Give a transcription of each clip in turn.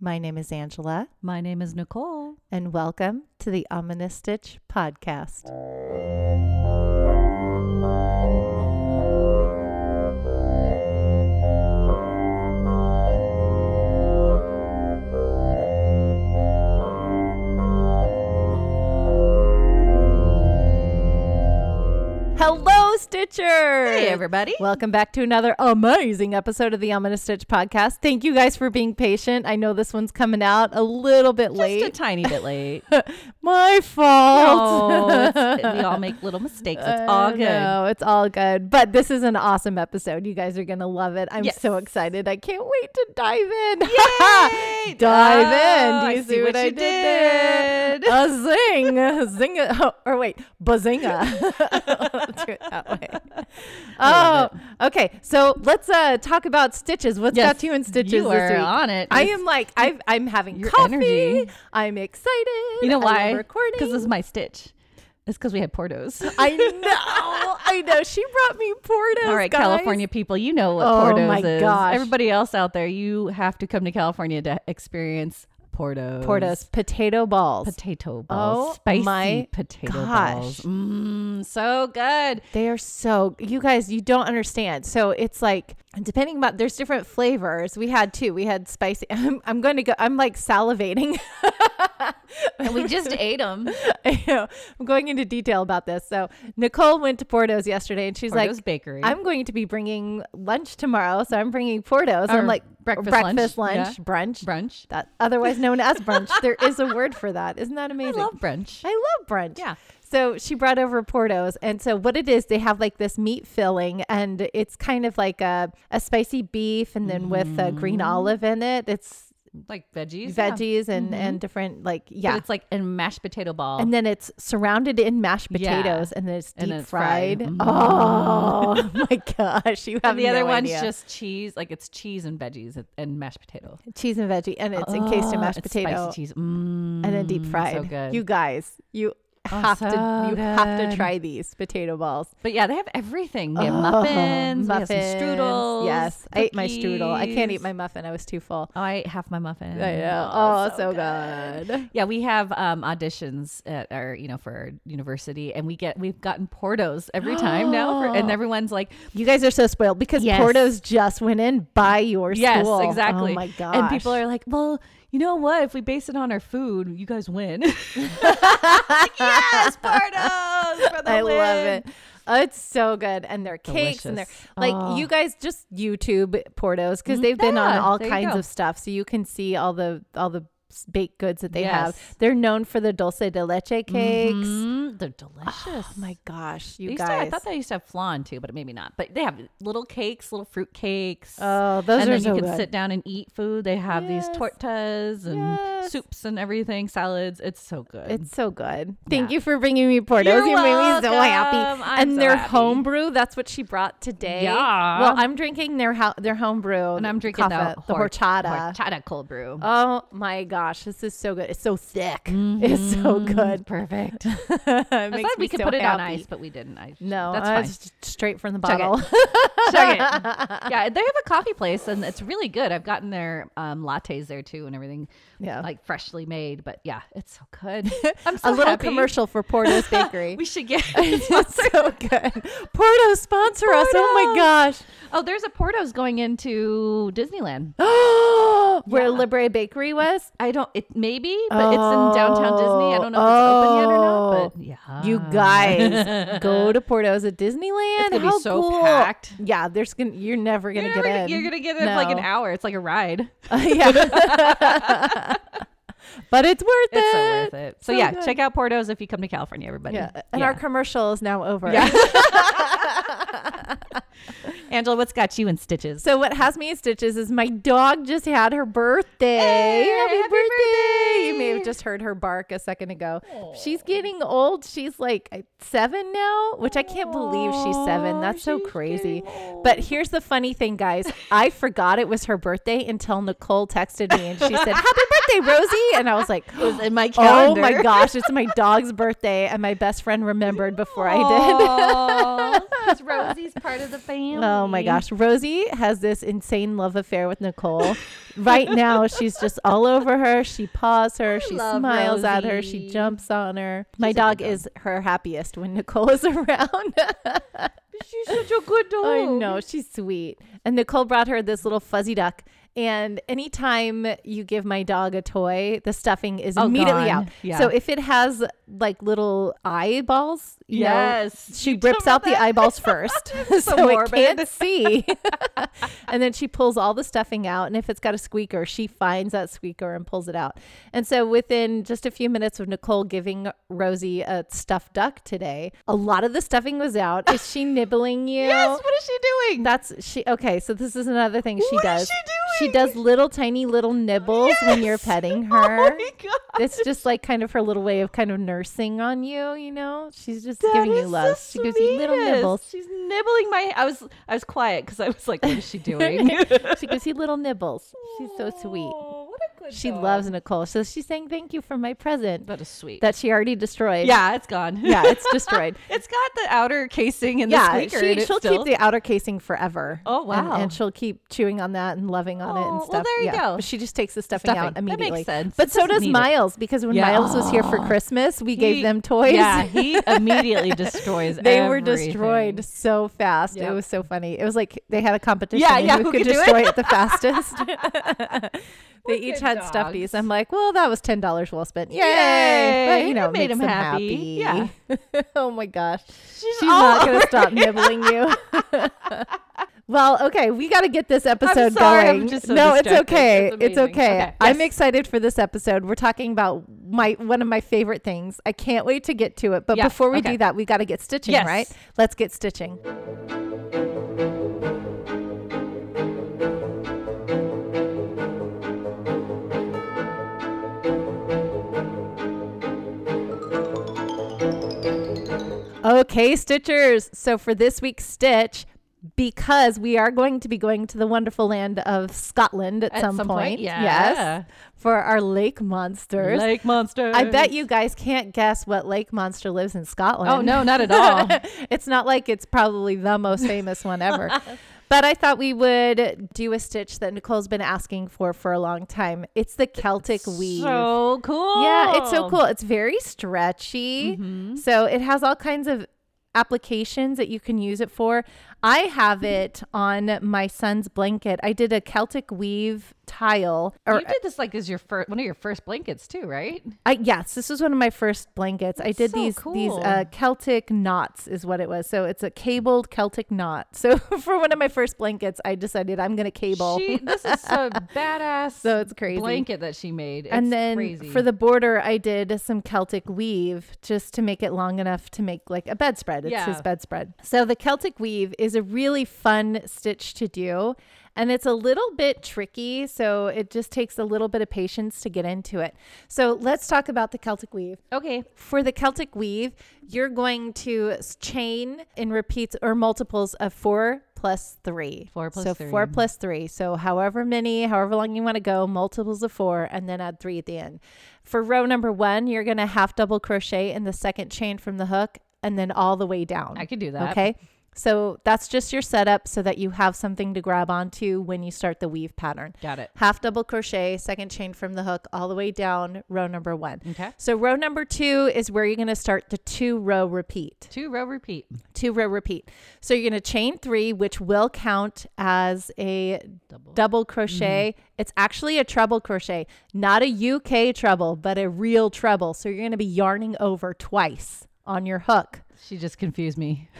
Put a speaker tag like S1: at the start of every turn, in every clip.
S1: My name is Angela,
S2: My name is Nicole.
S1: and welcome to the Ominous Stitch podcast. Hello, Stitcher!
S2: Hey, everybody.
S1: Welcome back to another amazing episode of the I'm Gonna Stitch podcast. Thank you guys for being patient. I know this one's coming out a little bit
S2: Just a
S1: late.
S2: tiny bit late.
S1: My fault.
S2: oh, it's- we all make little mistakes. It's all good.
S1: No, it's all good. But this is an awesome episode. You guys are gonna love it. I'm
S2: Yes.
S1: so excited. I can't wait to dive in.
S2: Yay!
S1: dive
S2: Oh,
S1: in. Do
S2: I
S1: you
S2: see
S1: see what,
S2: what
S1: I
S2: you
S1: did, there?
S2: did.
S1: A zing, a zinga, oh, or wait, bazinga. Let's do it that way. Oh,
S2: love
S1: okay. So let's uh, talk about stitches. What's
S2: Yes,
S1: got you in stitches
S2: you
S1: this
S2: are
S1: week?
S2: on it.
S1: I
S2: It's-
S1: am like I've, I'm having
S2: Your
S1: coffee.
S2: energy.
S1: I'm excited.
S2: You know
S1: I love
S2: why?
S1: Recording
S2: Because this is my stitch. It's because we had Portos.
S1: I know. I know. She brought me portos.
S2: All right,
S1: guys.
S2: California people, you know what
S1: Oh,
S2: Portos
S1: my
S2: is.
S1: gosh.
S2: Everybody else out there, you have to come to California to experience Portos.
S1: Portos, potato balls.
S2: Potato balls.
S1: Oh,
S2: Spicy
S1: my
S2: potato
S1: gosh.
S2: balls. Mmm, so good.
S1: they are so, you guys, you don't understand. So it's like, depending about, there's different flavors. We had two. We had spicy. I'm, I'm going to go, I'm like salivating.
S2: And we just ate them.
S1: I know. I'm going into detail about this. So Nicole went to Portos yesterday and she's
S2: Portos
S1: like,
S2: Bakery.
S1: I'm going to be bringing lunch tomorrow. So I'm bringing Portos. And
S2: Or
S1: I'm like,
S2: breakfast
S1: breakfast
S2: lunch,
S1: lunch,
S2: yeah.
S1: brunch.
S2: brunch.
S1: that otherwise known as brunch. there is a word for that. Isn't that
S2: I
S1: amazing?
S2: love brunch.
S1: I love brunch.
S2: Yeah.
S1: So she brought over Portos. And so what it is, they have like this meat filling and it's kind of like a, a spicy beef and then with a
S2: Mm.
S1: green olive in it. It's
S2: Like veggies. yeah.
S1: veggies and, and different like,
S2: Mm-hmm. But
S1: yeah.
S2: it's like in mashed potato ball.
S1: And then it's surrounded in mashed
S2: Yeah.
S1: potatoes and then it's deep
S2: And then it's fried. Mm-hmm.
S1: fried. Oh my gosh. You have
S2: And the other
S1: no
S2: one's
S1: idea.
S2: just cheese. Like it's cheese and veggies and- and mashed potato.
S1: cheese and veggie and it's encased in
S2: Oh,
S1: mashed
S2: it's
S1: potato
S2: Spicy cheese. Mm,
S1: and then deep fried.
S2: So good. Oh,
S1: You guys, you have to
S2: so
S1: you have
S2: good.
S1: to try these potato balls.
S2: but yeah, they have everything. They have
S1: Oh,
S2: muffins, We have
S1: muffins.
S2: some strudels.
S1: Yes, I ate my strudel. I can't eat
S2: cookies.
S1: my muffin. I was too full.
S2: Oh, I ate half my muffin.
S1: I know. Oh, so, good.
S2: Yeah, we have um, auditions at our, you know, for our university, and we get we've gotten portos every time now, for, and everyone's like,
S1: You guys are so spoiled because
S2: Yes.
S1: Portos just went in by your
S2: yes,
S1: school.
S2: exactly.
S1: Oh my gosh.
S2: And people are like, well, you know what? If we base it on our food, you guys win. Like, yes, portos for the
S1: I
S2: win.
S1: love it. Oh, it's so good, and their cakes and their
S2: Delicious.
S1: like
S2: Oh.
S1: you guys just YouTube Portos because they've been on
S2: Yeah,
S1: all
S2: there you
S1: kinds
S2: go.
S1: of stuff, so you can see all the all the s- baked goods that they
S2: Yes.
S1: have. They're known for the dulce de leche cakes.
S2: Mm, they're delicious.
S1: Oh my gosh, you
S2: They used
S1: guys!
S2: to- I thought they used to have flan too, but maybe not. But they have little cakes, little fruit cakes.
S1: Oh, those
S2: and
S1: are
S2: then
S1: so
S2: you can
S1: good.
S2: sit down and eat food. They have
S1: Yes.
S2: these tortas and
S1: Yes.
S2: soups and everything, salads. It's so good.
S1: It's so good. Thank
S2: Yeah.
S1: you for bringing me Portos.
S2: You're
S1: you made me so happy.
S2: welcome. I'm
S1: and
S2: so
S1: their
S2: happy.
S1: homebrew, that's what she brought today.
S2: Yeah.
S1: Well, I'm drinking their ho- their homebrew.
S2: and I'm drinking the,
S1: the
S2: hor-
S1: horchata.
S2: horchata cold brew.
S1: Oh my gosh, this is so good. It's so thick. It's so
S2: Mm-hmm.
S1: good.
S2: Perfect.
S1: It
S2: I
S1: makes
S2: thought
S1: me
S2: we could
S1: so
S2: put it on
S1: happy.
S2: ice, but we didn't. I,
S1: No,
S2: that's
S1: uh,
S2: fine.
S1: it's just straight from the
S2: Chug it.
S1: bottle.
S2: Chug it. Yeah, they have a coffee place, and it's really good. I've gotten their um, lattes there too, and everything.
S1: Yeah.
S2: like freshly made. But yeah, it's so good. I'm
S1: A
S2: so
S1: little
S2: happy.
S1: commercial for Portos Bakery.
S2: We should get.
S1: it's so good. Portos sponsor us. Oh my
S2: Portos.
S1: gosh.
S2: oh, there's a Portos going into Disneyland.
S1: Where
S2: Yeah.
S1: Libre Bakery was?
S2: I don't. It maybe, but it's in downtown Disney. I don't know if it's open yet or
S1: Oh.
S2: not. But yeah,
S1: You guys go to Portos at Disneyland.
S2: Ah. It's gonna be
S1: How
S2: so
S1: cool.
S2: packed.
S1: Yeah, there's gonna you're never gonna
S2: You're,
S1: get
S2: never-
S1: in.
S2: you're gonna get in for like an
S1: No.
S2: hour. It's like a ride.
S1: yeah. but it's worth it.
S2: It's so worth it. So,
S1: So
S2: yeah,
S1: good.
S2: check out Portos if you come to California, everybody.
S1: Yeah. And our commercial is now over.
S2: Yeah. Angela, what's got you in stitches?
S1: So what has me in stitches is my dog just had her birthday. happy,
S2: happy
S1: birthday. You may have just heard her bark a second ago. She's getting old. She's like uh, seven now, which I can't believe she's seven.
S2: Aw,
S1: That's so
S2: she's
S1: crazy.
S2: getting old.
S1: But here's the funny thing, guys. I forgot it was her birthday until Nicole texted me and she said, "Happy birthday, Rosie!" And I was like,
S2: It was in my
S1: "Oh
S2: calendar.
S1: my gosh, it's my dog's birthday!" And my best friend remembered before I did.
S2: Aw. because Rosie's part of the family.
S1: Oh my gosh. Rosie has this insane love affair with Nicole. right now, she's just all over her. She paws her. she
S2: love
S1: smiles at her. She
S2: Rosie.
S1: jumps on her. my
S2: She's a good
S1: dog is her happiest when Nicole is around.
S2: She's such a good dog.
S1: I know. She's sweet. And Nicole brought her this little fuzzy duck. And anytime you give my dog a toy, the stuffing is
S2: Oh,
S1: immediately
S2: gone.
S1: out.
S2: Yeah.
S1: So if it has like little eyeballs, you know,
S2: Yes.
S1: she
S2: You
S1: rips
S2: tell
S1: out
S2: me
S1: the
S2: that.
S1: eyeballs first so,
S2: so
S1: it
S2: morbid.
S1: can't see and then she pulls all the stuffing out and if it's got a squeaker she finds that squeaker and pulls it out and so within just a few minutes of nicole giving rosie a stuffed duck today a lot of the stuffing was out is she nibbling you
S2: Yes. What is she doing?
S1: that's she okay so this is another thing she
S2: What
S1: does
S2: is she
S1: she does little tiny little nibbles when you're
S2: Yes.
S1: petting
S2: Oh
S1: her
S2: my god.
S1: it's just like kind of her little way of kind of nursing on you, you know? She's just
S2: That
S1: giving you
S2: is the
S1: love. She gives you little
S2: sweetest.
S1: nibbles.
S2: She's nibbling my. I was I was quiet because I was like, what is she doing?
S1: she gives you little nibbles. She's so sweet.
S2: Oh, what a good
S1: She
S2: dog.
S1: loves Nicole. So she's saying thank you for my present
S2: That is sweet.
S1: that she already destroyed.
S2: yeah, it's gone.
S1: Yeah, it's destroyed.
S2: it's got the outer casing and
S1: yeah,
S2: the squeaker. in
S1: she,
S2: it
S1: she'll
S2: still.
S1: keep the outer casing forever. And-
S2: Oh, wow.
S1: And, she'll keep chewing on that and loving on it
S2: Oh,
S1: and
S2: well,
S1: stuff.
S2: there you
S1: Yeah.
S2: go.
S1: But she just takes the stuffing, out
S2: Stuffing. That makes
S1: immediately.
S2: sense.
S1: But
S2: It
S1: so
S2: doesn't
S1: does
S2: need it.
S1: Miles because when
S2: Yeah.
S1: Miles was here for Christmas, we gave
S2: He-
S1: them toys.
S2: Yeah, he immediately destroys.
S1: they were
S2: everything.
S1: destroyed so fast. It
S2: Yep.
S1: was so funny. It was like they had a competition.
S2: Yeah,
S1: of
S2: yeah,
S1: Who,
S2: who
S1: could
S2: could do it?
S1: destroy it? the fastest? they each
S2: Wicked
S1: had stuffies.
S2: dogs.
S1: I'm like, well, that was ten dollars well spent. Yay! But
S2: Yay.
S1: you know,
S2: It
S1: it
S2: made
S1: makes
S2: him
S1: them happy.
S2: happy.
S1: Yeah. oh my gosh,
S2: She's,
S1: she's not
S2: going
S1: gonna stop nibbling you. Well, okay, we got to get this episode
S2: sorry, I'm
S1: going.
S2: just so
S1: no, it's
S2: distracted.
S1: okay.
S2: It's
S1: It's,
S2: amazing.
S1: okay.
S2: Okay,
S1: I'm
S2: yes.
S1: excited for this episode. We're talking about my one of my favorite things. I can't wait to get to it. But
S2: Yeah,
S1: before we
S2: okay.
S1: do that, we got to get stitching,
S2: Yes.
S1: right? Let's get stitching. Okay, Stitchers. So for this week's Stitch, because we are going to be going to the wonderful land of Scotland at,
S2: At
S1: some,
S2: some
S1: point.
S2: point, yeah.
S1: Yes. For our lake monsters.
S2: Lake monster.
S1: I bet you guys can't guess what lake monster lives in Scotland.
S2: Oh no, not at all.
S1: it's not like it's probably the most famous one ever. But I thought we would do a stitch that Nicole's been asking for for a long time. It's the Celtic weave.
S2: so cool.
S1: Yeah, it's so cool. Mm-hmm. It's very stretchy. So it has all kinds of applications that you can use it for. I have it on my son's blanket. I did a Celtic weave tile or
S2: you did this like as your first one of your first blankets too, right?
S1: I, yes, this was one of my first blankets. I did
S2: so
S1: these these
S2: cool.
S1: uh, Celtic knots is what it was. So it's a cabled Celtic knot. So for one of my first blankets, I decided I'm going to cable.
S2: She this is a badass
S1: so it's crazy.
S2: blanket that she made. It's
S1: and then
S2: crazy.
S1: for the border, I did some Celtic weave just to make it long enough to make like a bedspread. It's his
S2: Yeah.
S1: bedspread. So the Celtic weave is a really fun stitch to do, and it's a little bit tricky. So it just takes a little bit of patience to get into it. So let's talk about the Celtic weave.
S2: okay,
S1: For the Celtic weave, you're going to s- chain in repeats or multiples of four plus three.
S2: Four plus
S1: so
S2: three. mm-hmm.
S1: four plus three. So however many, however long you want to go, multiples of four, and then add three at the end. For row number one, you're going to half double crochet in the second chain from the hook and then all the way down.
S2: I could do that.
S1: Okay. So that's just your setup so that you have something to grab onto when you start the weave pattern.
S2: got it.
S1: Half double crochet, second chain from the hook, all the way down, row number one.
S2: Okay,
S1: So row number two is where you're going to start the two row repeat.
S2: two row repeat.
S1: Two row repeat. So you're going to chain three, which will count as a
S2: Double. Mm-hmm.
S1: double crochet. It's actually a treble crochet, not a UK treble, but a real treble. So you're going to be yarning over twice on your hook.
S2: She just confused me.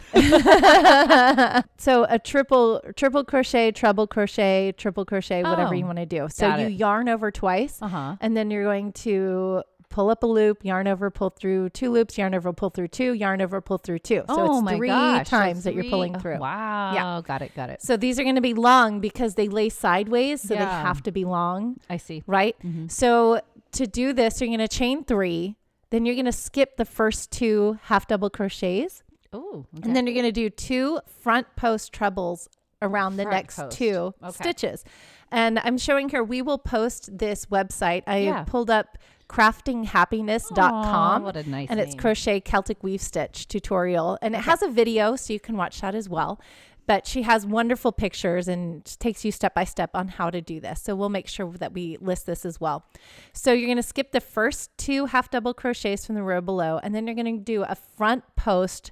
S1: So a triple triple crochet, treble crochet, triple crochet, whatever
S2: Oh,
S1: you want to do. So
S2: got
S1: you
S2: it.
S1: yarn over twice.
S2: Uh huh.
S1: And then you're going to pull up a loop, yarn over, pull through two loops, yarn over, pull through two, yarn over, pull through two. So
S2: oh
S1: it's
S2: my
S1: three
S2: gosh. so
S1: times that you're
S2: three-
S1: pulling
S2: oh,
S1: through.
S2: Wow. Got it. Got it.
S1: So these are going to be long because they lay sideways, so they
S2: Yeah. Mm-hmm.
S1: have to be long,
S2: I see.
S1: right? So to do this, you're going to chain three, then you're going to skip the first two half double crochets,
S2: Oh.
S1: and then you're going to do two front post trebles around the
S2: Front
S1: next
S2: post.
S1: two
S2: Okay.
S1: stitches. And I'm showing her, we will post this website. I
S2: Yeah.
S1: pulled up craftinghappiness.com.
S2: Aw, what a nice
S1: And it's
S2: name.
S1: crochet Celtic weave stitch tutorial. And it has a video, so you can watch that as well. But she has wonderful pictures and takes you step by step on how to do this. So we'll make sure that we list this as well. So you're going to skip the first two half double crochets from the row below, and then you're going to do a front post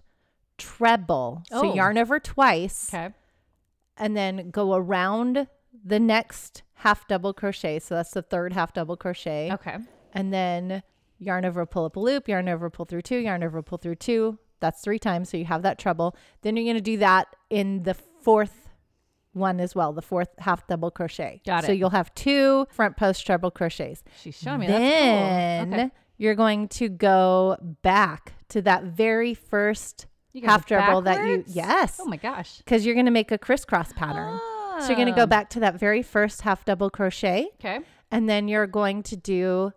S1: treble.
S2: Oh.
S1: So yarn over twice
S2: Okay.
S1: and then go around the next half double crochet. So that's the third half double crochet.
S2: Okay.
S1: And then yarn over, pull up a loop, yarn over, pull through two, yarn over, pull through two. That's three times. So you have that treble. Then you're going to do that in the fourth one as well, the fourth half double crochet.
S2: Got
S1: So
S2: it.
S1: you'll have two front post treble crochets.
S2: She's showing me. That's
S1: then
S2: cool. Okay.
S1: you're going to go back to that very first
S2: You guys
S1: half
S2: go
S1: treble that you,
S2: backwards?
S1: yes,
S2: Oh my gosh.
S1: because you're going to make a crisscross pattern. So you're going to
S2: Ah.
S1: go back to that very first half double crochet
S2: Okay.
S1: and then you're going to do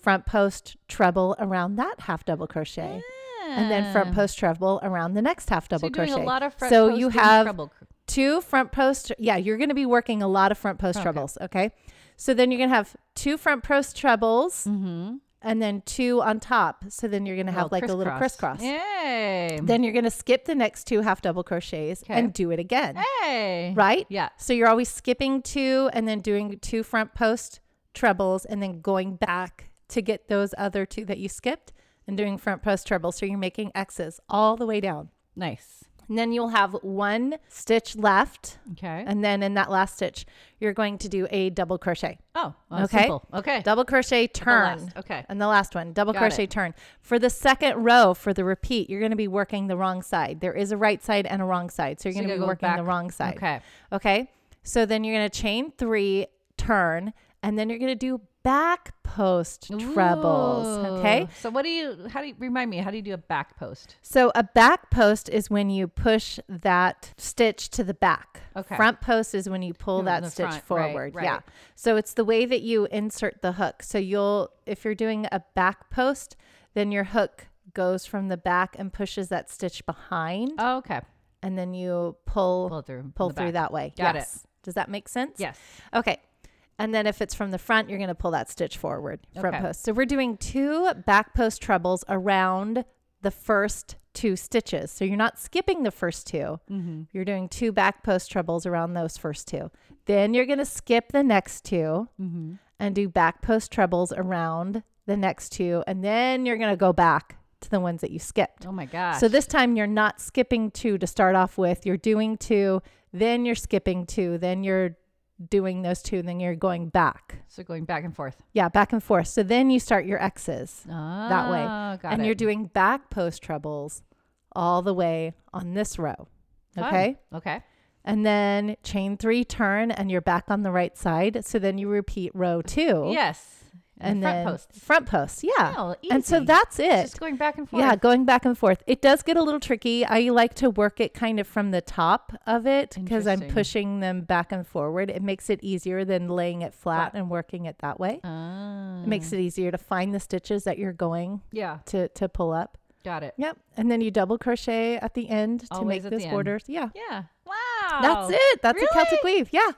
S1: front post treble around that half double crochet and then front post treble around the next half
S2: So
S1: double
S2: you're doing
S1: crochet.
S2: a lot of front
S1: so
S2: post
S1: you
S2: and
S1: have
S2: treble cr-
S1: two front post yeah, you're going to be working a lot of front post
S2: Okay.
S1: trebles, okay? So then you're going to have two front post trebles
S2: Mhm.
S1: and then two on top. So then you're going to have like a little crisscross.
S2: Yay.
S1: Then you're going to skip the next two half double crochets
S2: Okay.
S1: and do it again.
S2: Hey.
S1: Right?
S2: Yeah.
S1: So you're always skipping two and then doing two front post trebles and then going back to get those other two that you skipped and doing front post trebles. So you're making X's all the way down.
S2: Nice.
S1: And then you'll have one stitch left.
S2: Okay.
S1: And then in that last stitch, you're going to do a double crochet.
S2: oh. well,
S1: okay.
S2: Simple. Okay.
S1: Double crochet turn.
S2: last, okay.
S1: And the last one, double
S2: Got
S1: crochet turn. For the second row for the repeat, you're going to be working the wrong side. There is a right side and a wrong side. So you're
S2: So
S1: going to
S2: you
S1: be
S2: go
S1: working the
S2: back.
S1: wrong side.
S2: Okay.
S1: Okay. So then you're going to chain three, turn, and then you're going to do back post trebles. Okay.
S2: Ooh. So what do you? How do you remind me? How do you do a back post?
S1: So a back post is when you push that stitch to the back.
S2: Okay.
S1: Front post is when you pull
S2: Mm,
S1: that
S2: the
S1: stitch
S2: front, right,
S1: forward.
S2: right.
S1: Yeah. So it's the way that you insert the hook. So you'll if you're doing a back post, then your hook goes from the back and pushes that stitch behind
S2: Oh, okay.
S1: and then you pull
S2: Pull through. from
S1: pull
S2: the
S1: through
S2: back.
S1: that way.
S2: Got it.
S1: yes. Does that make sense?
S2: Yes.
S1: Okay. And then if it's from the front, you're going to pull that stitch forward, front
S2: Okay.
S1: post. So we're doing two back post trebles around the first two stitches. So you're not skipping the first two. You're doing two back post trebles around those first two. Then you're going to skip the next 2 and do back post trebles around the next two. And then you're going to go back to the ones that you skipped.
S2: Oh my gosh.
S1: So this time you're not skipping two to start off with. You're doing two, then you're skipping two, then you're doing those two, then you're going back.
S2: So going back and forth.
S1: Yeah, back and forth. So then you start your X's that way.
S2: Ah, Got
S1: and
S2: it.
S1: you're doing back post trebles all the way on this row.
S2: Fun.
S1: Okay.
S2: Okay.
S1: And then chain three, turn, and you're back on the right side. So then you repeat row two.
S2: Yes.
S1: And,
S2: the
S1: then
S2: front post.
S1: front post. Yeah.
S2: Oh,
S1: And so
S2: easy.
S1: that's
S2: It's
S1: it.
S2: Just going back and forth.
S1: Yeah, going back and forth. It does get a little tricky. I like to work it kind of from the top of it because I'm
S2: Interesting.
S1: pushing them back and forward. It makes it easier than laying it flat and working it that way.
S2: Ah.
S1: It makes it easier to find the stitches that you're going
S2: Yeah.
S1: to to pull up.
S2: Got it.
S1: Yep. And then you double crochet at the end to
S2: Always
S1: make
S2: at the
S1: those
S2: end.
S1: borders. Yeah.
S2: Yeah. Wow.
S1: That's it. That's a Celtic
S2: Really?
S1: weave. Yeah.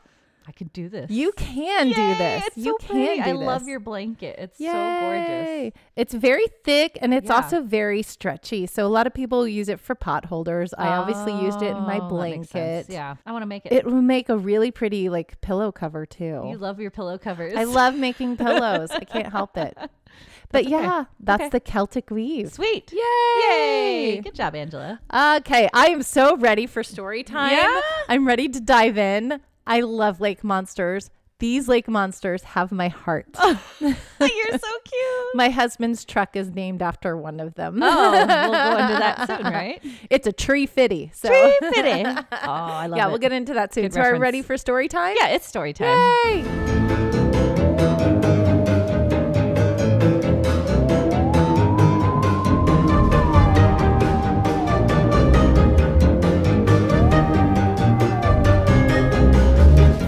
S2: I could do this.
S1: You can do
S2: Yay,
S1: this.
S2: It's
S1: you
S2: so
S1: can
S2: pretty.
S1: do
S2: I love
S1: this.
S2: your blanket. It's so gorgeous.
S1: Yay. It's very thick and it's
S2: Yeah.
S1: also very stretchy. So a lot of people use it for pot holders. I obviously used it in my
S2: Oh, that makes
S1: blanket.
S2: sense. Yeah. I want to make it.
S1: It will make a really pretty like pillow cover
S2: You
S1: too.
S2: love your pillow covers.
S1: I love making pillows. I can't help it. But yeah, that's
S2: Okay.
S1: the Celtic weave.
S2: Sweet.
S1: Yay.
S2: Good job, Angela.
S1: Okay, I am so ready for story time.
S2: Yeah?
S1: I'm ready to dive in. I love lake monsters. These lake monsters have my heart.
S2: You're so cute.
S1: My husband's truck is named after one of them.
S2: Oh, we'll go into that soon, right?
S1: It's a tree fitty. So
S2: Tree fitting. Oh, I love
S1: yeah,
S2: it.
S1: we'll get into that soon.
S2: Good
S1: so are we
S2: reference.
S1: ready for story time?
S2: yeah, it's story time.
S1: Yay!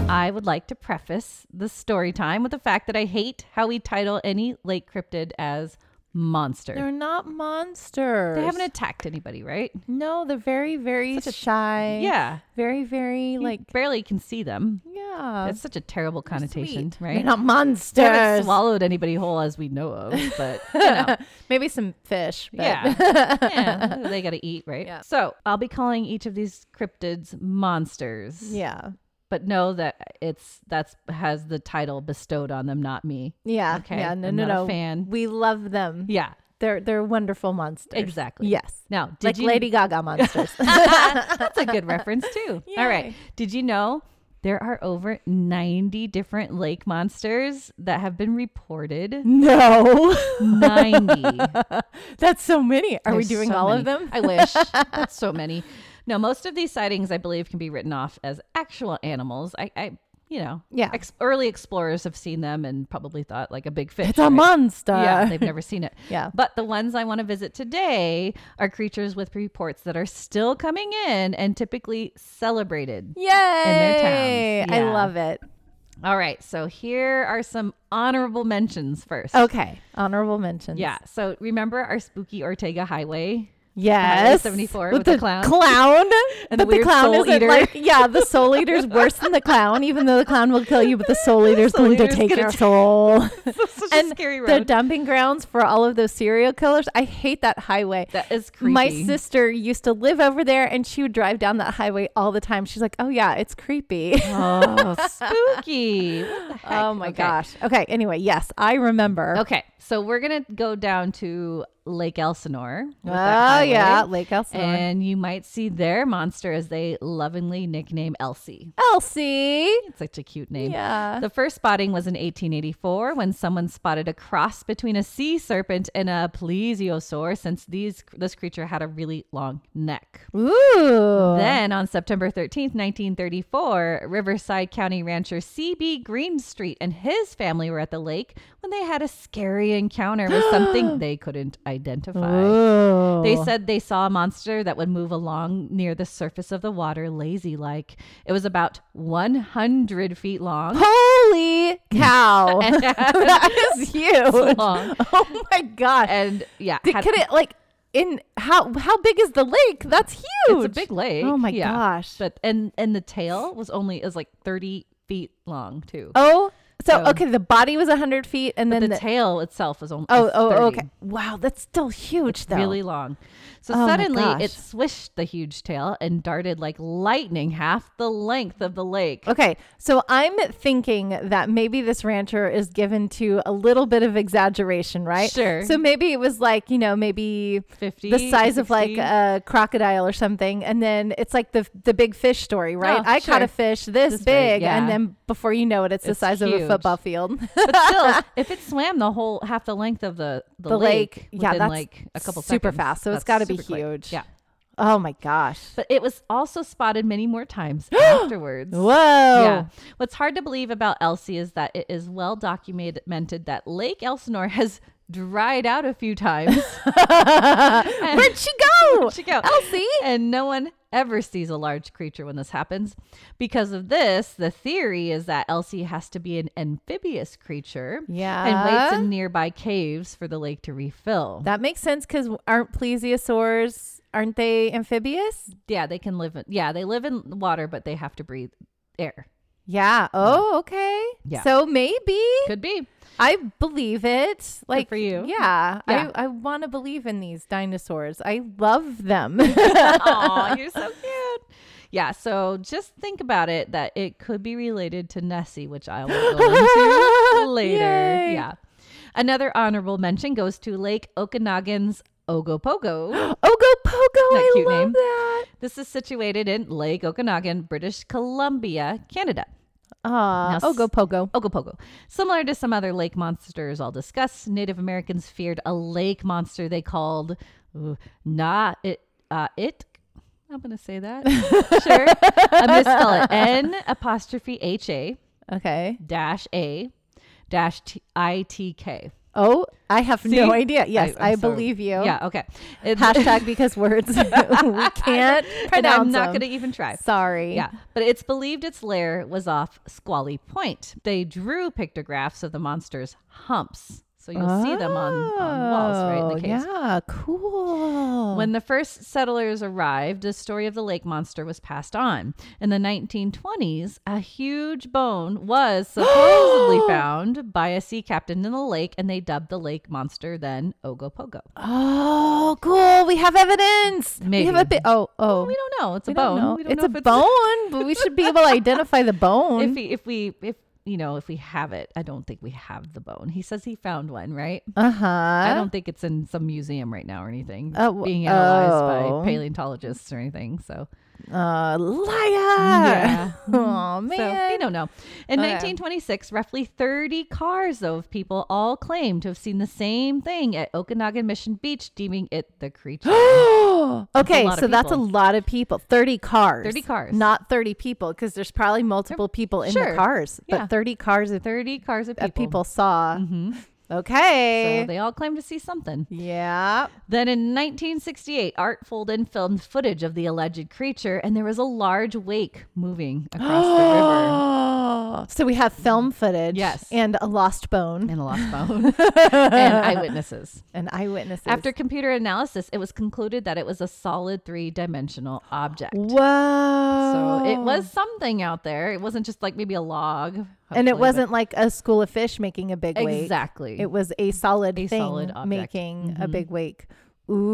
S2: I would like to preface the story time with the fact that I hate how we title any lake cryptid as monster.
S1: They're not monsters.
S2: They haven't attacked anybody, right?
S1: No, they're very, very
S2: Such a-
S1: shy.
S2: Yeah.
S1: Very, very
S2: You
S1: like.
S2: barely can see them.
S1: Yeah.
S2: That's such a terrible connotation,
S1: sweet. They're
S2: right?
S1: not
S2: They haven't
S1: monsters.
S2: swallowed anybody whole as we know of, but you know,
S1: Maybe some fish. But
S2: yeah. yeah, they got to eat, right?
S1: Yeah.
S2: So I'll be calling each of these cryptids monsters.
S1: Yeah.
S2: But know that it's that's has the title bestowed on them, not me.
S1: Yeah.
S2: Okay,
S1: Yeah. No.
S2: I'm
S1: no.
S2: not a
S1: no.
S2: fan.
S1: We love them.
S2: Yeah,
S1: They're they're wonderful monsters.
S2: exactly.
S1: Yes.
S2: Now, did
S1: like
S2: you,
S1: Lady Gaga monsters.
S2: that's a good reference too. All
S1: Yay.
S2: right. Did you know there are over 90 different lake monsters that have been reported?
S1: no.
S2: 90.
S1: That's so many. Are we
S2: There's
S1: doing
S2: so
S1: all of
S2: many.
S1: them?
S2: I wish. That's so many. No, most of these sightings, I believe, can be written off as actual animals. I, I you know,
S1: Yeah.
S2: ex- early explorers have seen them and probably thought like a big fish.
S1: It's a
S2: right?
S1: monster.
S2: Yeah, they've never seen it.
S1: Yeah.
S2: But the ones I want to visit today are creatures with reports that are still coming in and typically celebrated.
S1: Yay!
S2: their towns.
S1: I
S2: Yeah.
S1: love it.
S2: All right. So here are some honorable mentions first.
S1: Okay. Honorable mentions.
S2: Yeah. So remember our spooky Ortega Highway? Highway
S1: Yes.
S2: 74 with the clown.
S1: and
S2: the
S1: but the
S2: weird
S1: clown
S2: soul
S1: isn't
S2: eater.
S1: like yeah, the soul eater's worse than the clown, even though the clown will kill you, but the soul eater's
S2: Soul
S1: going to
S2: eater's
S1: take
S2: gonna
S1: your
S2: take-
S1: soul.
S2: Such
S1: and
S2: a scary
S1: the
S2: road.
S1: dumping grounds for all of those serial killers. I hate that highway.
S2: that is creepy.
S1: My sister used to live over there and she would drive down that highway all the time. She's like, Oh yeah, it's creepy.
S2: Oh, spooky. What the heck?
S1: oh my
S2: Okay.
S1: gosh. Okay, anyway, yes, I remember.
S2: Okay. So we're going to go down to Lake Elsinore. with
S1: Oh
S2: that highway.
S1: yeah, Lake Elsinore.
S2: And you might see their monster as they lovingly nickname Elsie.
S1: Elsie.
S2: It's such a cute name.
S1: Yeah.
S2: The first spotting was in 1884 when someone spotted a cross between a sea serpent and a plesiosaur since these this creature had a really long neck.
S1: Ooh.
S2: Then on September 13th, 1934, Riverside County rancher C.B. Greenstreet and his family were at the lake when they had a scary encounter with something they couldn't identify.
S1: Ooh.
S2: They said they saw a monster that would move along near the surface of the water, lazy like. It was about 100 feet long.
S1: Holy cow. that is huge.
S2: long.
S1: Oh my gosh.
S2: And yeah,
S1: Did,
S2: had-
S1: could it like in how how big is the lake? That's huge.
S2: it's a big lake.
S1: Oh my
S2: yeah.
S1: gosh.
S2: But and and the tail was only is like 30 feet long too.
S1: oh, so
S2: So-
S1: okay, the body was hundred feet, and then
S2: the,
S1: the,
S2: tail itself was only
S1: oh
S2: is
S1: oh
S2: 30.
S1: okay. Wow, that's still huge though.
S2: Really long. So
S1: Oh my
S2: suddenly
S1: gosh.
S2: it swished the huge tail and darted like lightning half the length of the lake.
S1: Okay, so I'm thinking that maybe this rancher is given to a little bit of exaggeration, right?
S2: Sure.
S1: So maybe it was like, you know, maybe
S2: 50
S1: the size of like
S2: 60.
S1: a crocodile or something, and then it's like the the big fish story, right?
S2: Oh,
S1: I caught
S2: sure.
S1: a fish this,
S2: This big,
S1: big,
S2: yeah.
S1: and then before you know it, it's, the
S2: It's
S1: size of a
S2: huge.
S1: football field.
S2: but still, if it swam the whole half the length of the the,
S1: The lake,
S2: lake,
S1: yeah,
S2: within
S1: that's
S2: like a couple
S1: super
S2: seconds,
S1: fast, so it's
S2: that's
S1: gotta be
S2: super quick.
S1: huge.
S2: Yeah,
S1: oh my gosh!
S2: but it was also spotted many more times afterwards.
S1: Whoa!
S2: Yeah.
S1: Oh.
S2: What's hard to believe about Elsie is that it is well documented that Lake Elsinore has dried out a few times.
S1: Where'd she go?
S2: Where'd she go?
S1: Oh, Elsie?
S2: And no one ever sees a large creature when this happens. Because of this, the theory is that Elsie has to be an amphibious creature
S1: Yeah.
S2: and waits in nearby caves for the lake to refill.
S1: That makes sense because aren't plesiosaurs aren't they amphibious?
S2: yeah, they can live in yeah, they live in water, but they have to breathe air.
S1: Yeah. Oh, okay.
S2: Yeah.
S1: So maybe
S2: Could be.
S1: I believe it. Like
S2: for you.
S1: Yeah.
S2: Yeah.
S1: I, I want to believe in these dinosaurs. I love them.
S2: Aw, you're so cute. Yeah, so just think about it that it could be related to Nessie, which I will go into later.
S1: Yay.
S2: Yeah. Another honorable mention goes to Lake Okanagan's
S1: Ogopogo.
S2: Ogopogo. Isn't that
S1: I
S2: cute
S1: love
S2: name?
S1: that.
S2: this is situated in Lake Okanagan, British Columbia, Canada.
S1: Ah,
S2: Now s-
S1: Ogopogo.
S2: Ogopogo. Similar to some other lake monsters I'll discuss, Native Americans feared a lake monster they called ooh, Na it uh, it. I'm gonna say that. sure. I'm gonna spell it N apostrophe H A
S1: Okay.
S2: dash A dash T I T K.
S1: Oh, I have no
S2: See?
S1: idea. Yes,
S2: I'm
S1: I,
S2: so-
S1: believe you.
S2: Yeah, okay. It-
S1: Hashtag because words we can't pronounce.
S2: and I'm not
S1: them.
S2: gonna even try.
S1: Sorry.
S2: Yeah, but it's believed its lair was off Squally Point. They drew pictographs of the monster's humps. So you'll see them on, on walls, right?
S1: Oh,
S2: In the caves.
S1: Yeah, cool.
S2: When the first settlers arrived, the story of the lake monster was passed on. In the 1920s, a huge bone was supposedly found by a sea captain in the lake, and they dubbed the lake monster then Ogopogo.
S1: oh, cool. We have evidence. We have a
S2: Maybe.
S1: bit. Oh, oh.
S2: We don't know. It's a
S1: We don't
S2: bone.
S1: know.
S2: We don't
S1: it's
S2: know
S1: a
S2: if
S1: bone, but we should be able to identify the bone.
S2: If, he, if we, if you know, if we have it, I don't think we have the bone. He says he found one, right?
S1: uh huh.
S2: I don't think it's in some museum right now or anything.
S1: Oh, w-
S2: being analyzed
S1: oh.
S2: by paleontologists or anything. So
S1: Uh, liar.
S2: Yeah.
S1: oh man. Oh,
S2: So they don't know. In
S1: Okay.
S2: 1926, roughly 30 cars though, of people all claim to have seen the same thing at Okanagan Mission Beach, deeming it the creature.
S1: okay,
S2: lot of
S1: so that's a
S2: people.
S1: lot of people. 30 cars.
S2: 30 cars.
S1: Not 30 people because there's probably multiple people in the
S2: sure.
S1: cars,
S2: Yeah.
S1: but 30 cars of,
S2: 30 cars of people.
S1: of people saw.
S2: Mhm.
S1: Okay.
S2: So they all claim to see something.
S1: yeah.
S2: Then in 1968, Art Folden filmed footage of the alleged creature, and there was a large wake moving across the river.
S1: So we have film footage.
S2: Yes.
S1: And a lost bone
S2: And a lost bone and eyewitnesses.
S1: and eyewitnesses.
S2: After computer analysis, it was concluded that it was a solid three dimensional object.
S1: Whoa.
S2: So it was something out there. It wasn't just like maybe a
S1: Oh.
S2: log.
S1: And
S2: hopefully,
S1: it
S2: but-
S1: wasn't like a school of fish making a big wake.
S2: exactly.
S1: It was a solid
S2: A
S1: thing
S2: solid object. Mm-hmm.
S1: making a big wake.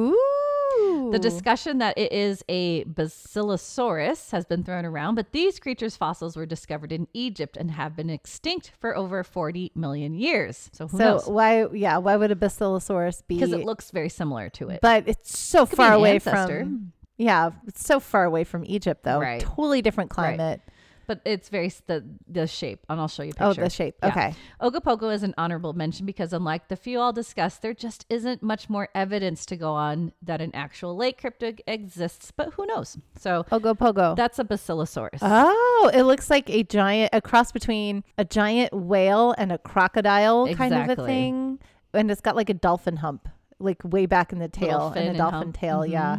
S1: Ooh.
S2: the discussion that it is a basilosaurus has been thrown around, but these creatures' fossils were discovered in Egypt and have been extinct for over 40 million years. So who
S1: So
S2: knows?
S1: why yeah, why would a basilosaurus be
S2: Because it looks very similar to it.
S1: but it's so
S2: be
S1: far
S2: an
S1: away
S2: ancestor.
S1: from Yeah, it's so far away from Egypt though.
S2: Right.
S1: Totally different
S2: Right.
S1: climate.
S2: But it's very s- the the shape, and I'll show you a
S1: Oh,
S2: picture.
S1: the shape.
S2: Yeah.
S1: Okay.
S2: Ogopogo is an honorable mention because, unlike the few I'll discuss, there just isn't much more evidence to go on that an actual lake cryptid exists. But who knows? So
S1: Ogopogo.
S2: that's a basilosaurus.
S1: Oh, it looks like a giant, a cross between a giant whale and a crocodile kind of a
S2: Exactly.
S1: thing. And it's got like a dolphin hump, like way back in the tail and
S2: fin
S1: a
S2: and
S1: dolphin
S2: hump. Mm-hmm.
S1: tail. Yeah.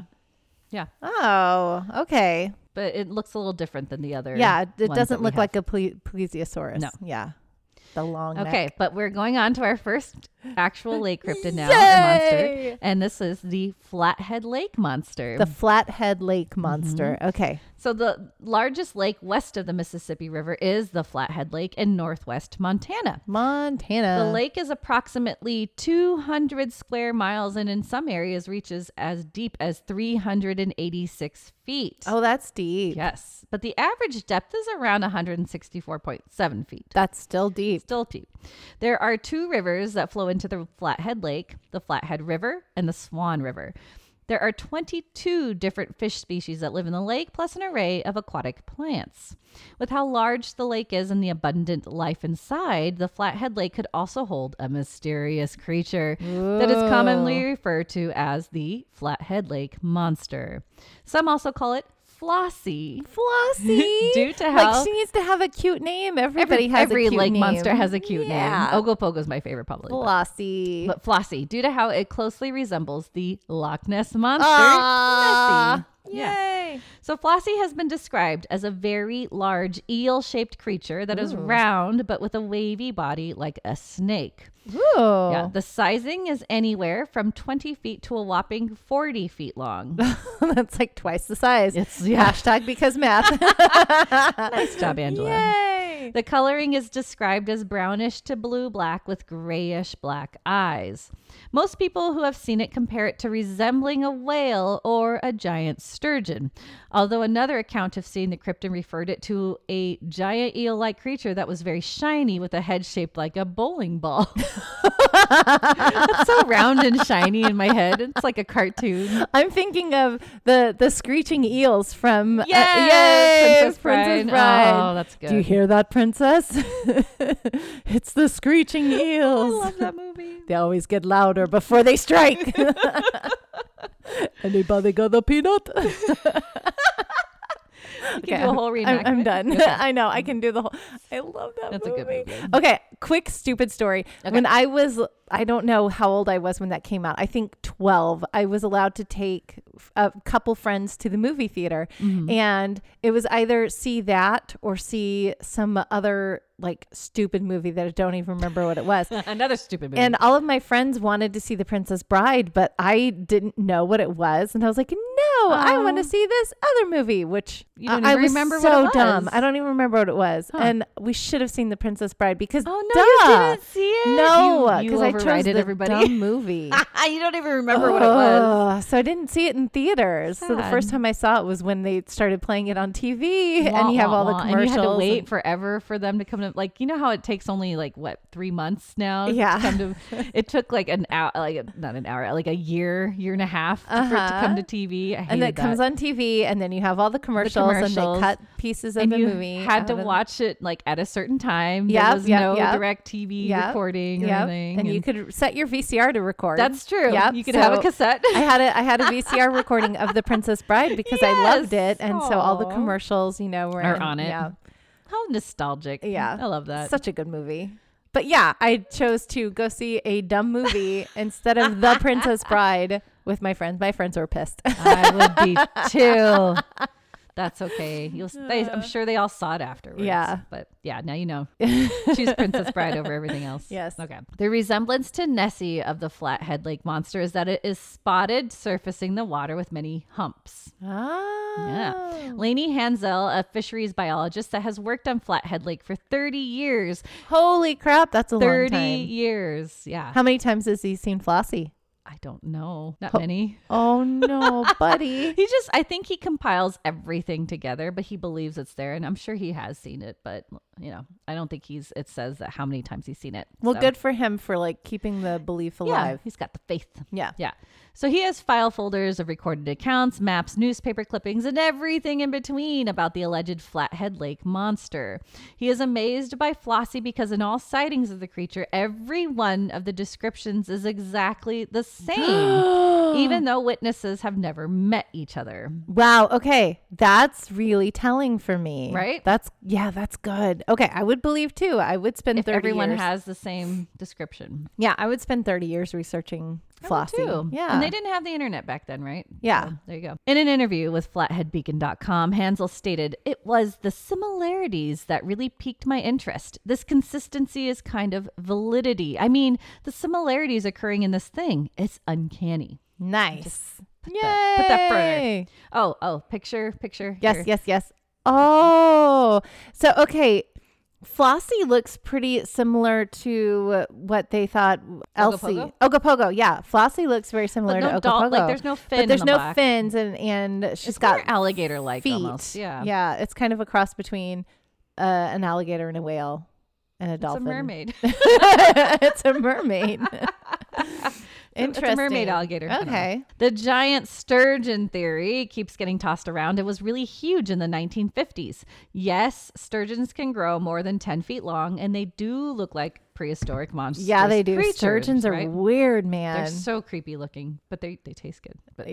S2: yeah,
S1: Oh, okay.
S2: but it looks a little different than the other.
S1: Yeah, it- it
S2: ones that
S1: doesn't
S2: we
S1: look
S2: have.
S1: like a ple- plesiosaurus.
S2: No.
S1: Yeah. The long neck.
S2: Okay, but we're going on to our first actual lake cryptid now, or
S1: Yay!
S2: monster, and this is the Flathead Lake monster.
S1: The flathead lake monster.
S2: Mm-hmm.
S1: Okay.
S2: So the largest lake west of the Mississippi River is the Flathead Lake in northwest Montana.
S1: Montana.
S2: The lake is approximately 200 square miles and in some areas reaches as deep as 386 feet.
S1: Oh, that's deep.
S2: yes. But the average depth is around 164.7 feet.
S1: That's still deep.
S2: Still deep. There are two rivers that flow into the Flathead Lake the Flathead River and the Swan River. There are 22 different fish species that live in the lake, plus an array of aquatic plants. With how large the lake is and the abundant life inside, the Flathead Lake could also hold a mysterious creature that is commonly referred to as the Flathead Lake Monster. Some also call it Flossie.
S1: Flossy.
S2: Due to
S1: like
S2: how-
S1: she needs to have a cute name. Everybody
S2: Every,
S1: has
S2: every
S1: a cute
S2: lake
S1: name.
S2: monster has a cute
S1: Yeah.
S2: name. Ogopogo's my favorite, probably. but-
S1: Flossy.
S2: But Flossie, due to how it closely resembles the Loch Ness monster,
S1: Ah,
S2: Nessie. Yeah. So Flossie has been described as a very large eel-shaped creature that is round but with a wavy body like a snake.
S1: Ooh.
S2: Yeah, the sizing is anywhere from 20 feet to a whopping 40 feet long.
S1: That's like twice the size.
S2: It's- yeah.
S1: Hashtag because math.
S2: nice job, Angela.
S1: Yay.
S2: The coloring is described as brownish to blue black with grayish black eyes. Most people who have seen it compare it to resembling a whale or a giant sturgeon, although another account of seeing the cryptid referred it to a giant eel like creature that was very shiny with a head shaped like a bowling ball. it's so round and shiny in my head. It's like a cartoon. Uh,
S1: I'm thinking of the the screeching eels from uh,
S2: Yes,
S1: yes,
S2: Princess Bride.
S1: Bride.
S2: Oh, that's good.
S1: Do you hear that, princess? it's the screeching
S2: I
S1: eels.
S2: love that movie.
S1: They always get louder before they strike. Anybody got a peanut?
S2: You can do a whole
S1: I'm,
S2: reenactment.
S1: I'm done.
S2: Okay.
S1: I know. I can do the whole. I love that
S2: That's a
S1: movie.
S2: good movie.
S1: Okay, quick stupid story. When I was I don't know how old I was when that came out. I think 12. I was allowed to take f- a couple friends to the movie theater.
S2: Mm-hmm.
S1: And it was either see that or see some other like stupid movie that I don't even remember what it was.
S2: Another stupid movie.
S1: And all of my friends wanted to see The Princess Bride, but I didn't know what it was. And I was like, no, I want to see this other movie, which
S2: You don't
S1: I, I
S2: even
S1: was
S2: remember what
S1: so
S2: it was.
S1: dumb. I don't even remember what it was. And we should have seen The Princess Bride because,
S2: oh no,
S1: duh.
S2: you didn't see it.
S1: No,
S2: You-
S1: because
S2: you
S1: I chose
S2: overrided
S1: the
S2: everybody.
S1: dumb movie.
S2: you don't even remember what it was.
S1: Ugh, So I didn't see it in theaters. So the
S2: Sad.
S1: first time I saw it was when they started playing it on TV, and
S2: Wah,
S1: you have
S2: wah,
S1: all the
S2: wah.
S1: commercials.
S2: And you had to wait
S1: and-
S2: forever for them to come to like you know how it takes only like what three months now.
S1: Yeah.
S2: To come to, it took like an hour, like a- not an hour, like a year, year and a half for it to
S1: Uh-huh.
S2: come to TV. I hated
S1: and
S2: that
S1: it comes on TV, and then you have all the commercials, and
S2: commercials.
S1: they cut pieces of
S2: and
S1: the
S2: you
S1: movie.
S2: had to
S1: out of-
S2: watch it like at a certain time.
S1: Yep,
S2: there was
S1: yep,
S2: no
S1: yep.
S2: direct TV
S1: Yep,
S2: recording or
S1: Yep.
S2: anything.
S1: And, you could set your VCR to record.
S2: that's true.
S1: Yep,
S2: You could have a
S1: so-
S2: cassette.
S1: I had a I had a VCR recording of The Princess Bride because I loved
S2: Yes.
S1: it, and so all the
S2: Aw.
S1: commercials, you know, were
S2: Are
S1: in-
S2: on it.
S1: Yeah,
S2: How nostalgic.
S1: Yeah.
S2: I love that.
S1: such a good movie. But yeah, I chose to go see a dumb movie instead of The Princess Bride with my friends. My friends were pissed.
S2: I would be too. That's okay. You'll. They, I'm sure they all saw it afterwards.
S1: Yeah.
S2: But yeah, now you know. Choose Princess Bride over everything else.
S1: Yes.
S2: Okay. The resemblance to Nessie of the Flathead Lake monster is that it is spotted, surfacing the water with many humps.
S1: Ah.
S2: Yeah. Lainey Hansel, a fisheries biologist that has worked on Flathead Lake for 30 years.
S1: Holy crap, that's a
S2: 30
S1: long time.
S2: years. Yeah.
S1: How many times has he seen Flossie?
S2: I don't know. Not
S1: Ho-
S2: many.
S1: Oh no, buddy.
S2: He just, I think he compiles everything together, but he believes it's there. And I'm sure he has seen it, but, you know, I don't think he's, it says that how many times he's seen it.
S1: Well,
S2: So,
S1: good for him for like keeping the belief
S2: Yeah.
S1: alive.
S2: He's got the faith.
S1: Yeah.
S2: Yeah. So he has file folders of recorded accounts, maps, newspaper clippings, and everything in between about the alleged Flathead Lake monster. He is amazed by Flossie because in all sightings of the creature, every one of the descriptions is exactly the same, even though witnesses have never met each other.
S1: Wow. Okay. That's really telling for me.
S2: Right?
S1: That's, yeah, that's good. Okay. I would believe too. I would spend
S2: If
S1: 30
S2: everyone
S1: years.
S2: has the same description.
S1: yeah. I would spend 30 years researching
S2: I would
S1: Flossie.
S2: too.
S1: Yeah.
S2: And they didn't have the internet back then, right?
S1: Yeah.
S2: So, there you go. In an interview with flatheadbeacon.com, Hansel stated, It was the similarities that really piqued my interest. This consistency is kind of validity. I mean, the similarities occurring in this thing, it's uncanny.
S1: Nice. Yay.
S2: that- put that further. Oh, oh, picture, picture.
S1: Yes,
S2: here.
S1: yes, yes. Oh, so okay. Flossie looks pretty similar to what they thought Elsie.
S2: Ogopogo?
S1: Ogopogo, yeah. Flossie looks very similar
S2: But no
S1: to
S2: doll,
S1: Ogopogo.
S2: like there's no fin.
S1: but there's
S2: in the
S1: no
S2: box.
S1: fins, and and she's
S2: It's
S1: got
S2: alligator like
S1: feet.
S2: almost. Yeah.
S1: yeah. It's kind of a cross between uh, an alligator and a whale and a
S2: It's a
S1: dolphin.
S2: mermaid.
S1: it's a mermaid. Interesting.
S2: It's a mermaid alligator. I don't know.
S1: Okay.
S2: The giant sturgeon theory keeps getting tossed around. It was really huge in the 1950s. Yes, sturgeons can grow more than 10 feet long, and they do look like prehistoric monsters.
S1: Yeah, they do.
S2: creatures,
S1: Sturgeons are
S2: right?
S1: weird, man.
S2: They're so creepy looking, but they, they taste good. But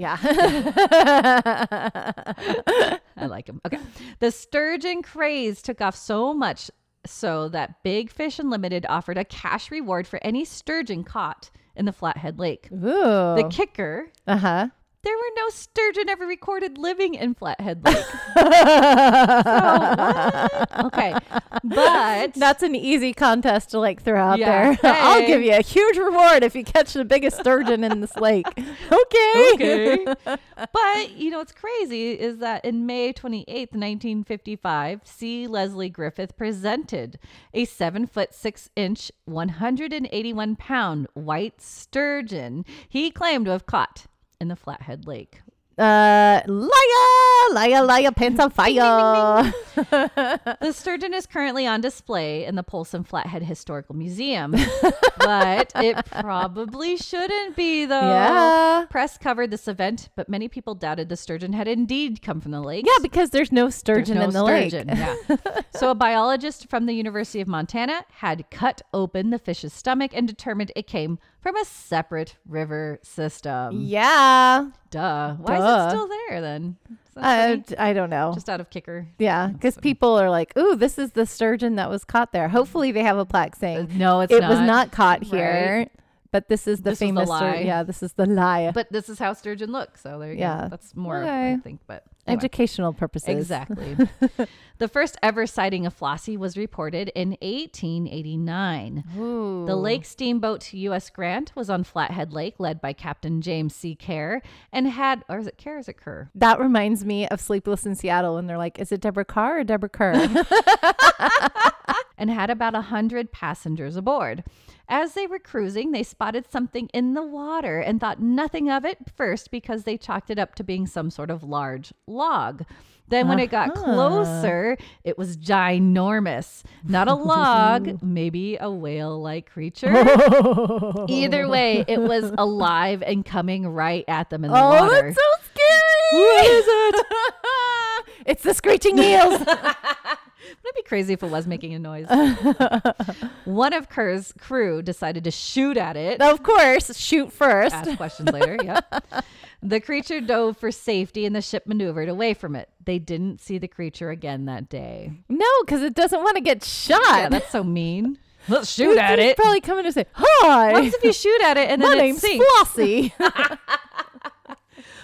S1: Yeah.
S2: I like them. Okay. The sturgeon craze took off so much so that Big Fish Unlimited offered a cash reward for any sturgeon caught in the Flathead Lake.
S1: Ooh.
S2: The kicker
S1: uh huh.
S2: there were no sturgeon ever recorded living in Flathead Lake. okay. But
S1: That's an easy contest to like throw out
S2: Yeah.
S1: there. I'll
S2: Hey.
S1: give you a huge reward if you catch the biggest sturgeon in this lake. Okay.
S2: okay. but you know what's crazy is that in May 28th, 1955, C. Leslie Griffith presented a seven foot six inch, 181 pound white sturgeon he claimed to have caught in the Flathead Lake.
S1: Uh, liar, liar, liar, pants on fire.
S2: The sturgeon is currently on display in the Polson Flathead Historical Museum, but it probably shouldn't be, though.
S1: Yeah.
S2: Press covered this event, but many people doubted the sturgeon had indeed come from the lake.
S1: Yeah, because there's no sturgeon in
S2: There's no
S1: the
S2: sturgeon,
S1: lake.
S2: Yeah. so a biologist from the University of Montana had cut open the fish's stomach and determined it came from a separate river system.
S1: Uh, Yeah.
S2: Duh. Why is
S1: Duh. Uh,
S2: it still there then? Is that
S1: I,
S2: funny?
S1: I don't know.
S2: Just out of kicker.
S1: yeah, because people are like, "Ooh, this is the sturgeon that was caught there." Hopefully, they have a plaque saying,
S2: No, it's
S1: it
S2: not.
S1: was not caught here. But this is the
S2: This was the
S1: famous. or-
S2: lie.
S1: yeah, this is the lie.
S2: But this is how sturgeon look. So there you
S1: Yeah.
S2: go. That's more, I
S1: Okay.
S2: think. But anyway.
S1: Educational purposes.
S2: Exactly. the first ever sighting of Flossie was reported in 1889. The Lake Steamboat U.S. Grant was on Flathead Lake, led by Captain James C. Kerr, and had, or is it Kerr? or Is it Kerr?
S1: That reminds me of Sleepless in Seattle when they're like, is it Deborah Carr or Deborah Kerr?
S2: And had about a 100 passengers aboard. As they were cruising, they spotted something in the water and thought nothing of it first because they chalked it up to being some sort of large log. Then, when it got
S1: Uh-huh.
S2: closer, it was ginormous. Not a log, maybe a whale like creature.
S1: Oh,
S2: Either way, it was alive and coming right at them in the
S1: oh,
S2: water.
S1: that's so scary. What is it? it's the screeching eels.
S2: Wouldn't it be crazy if it was making a noise? One of Kerr's crew decided to shoot at it.
S1: of course, shoot first.
S2: Ask questions later. Yep. The creature dove for safety and the ship maneuvered away from it. They didn't see the creature again that day.
S1: No, because it doesn't want to get shot.
S2: Yeah, that's so mean. Let's shoot at
S1: It's
S2: it.
S1: Probably coming to say, hi.
S2: What if you shoot at it and
S1: My
S2: then it
S1: name's
S2: sinks?
S1: Flossie.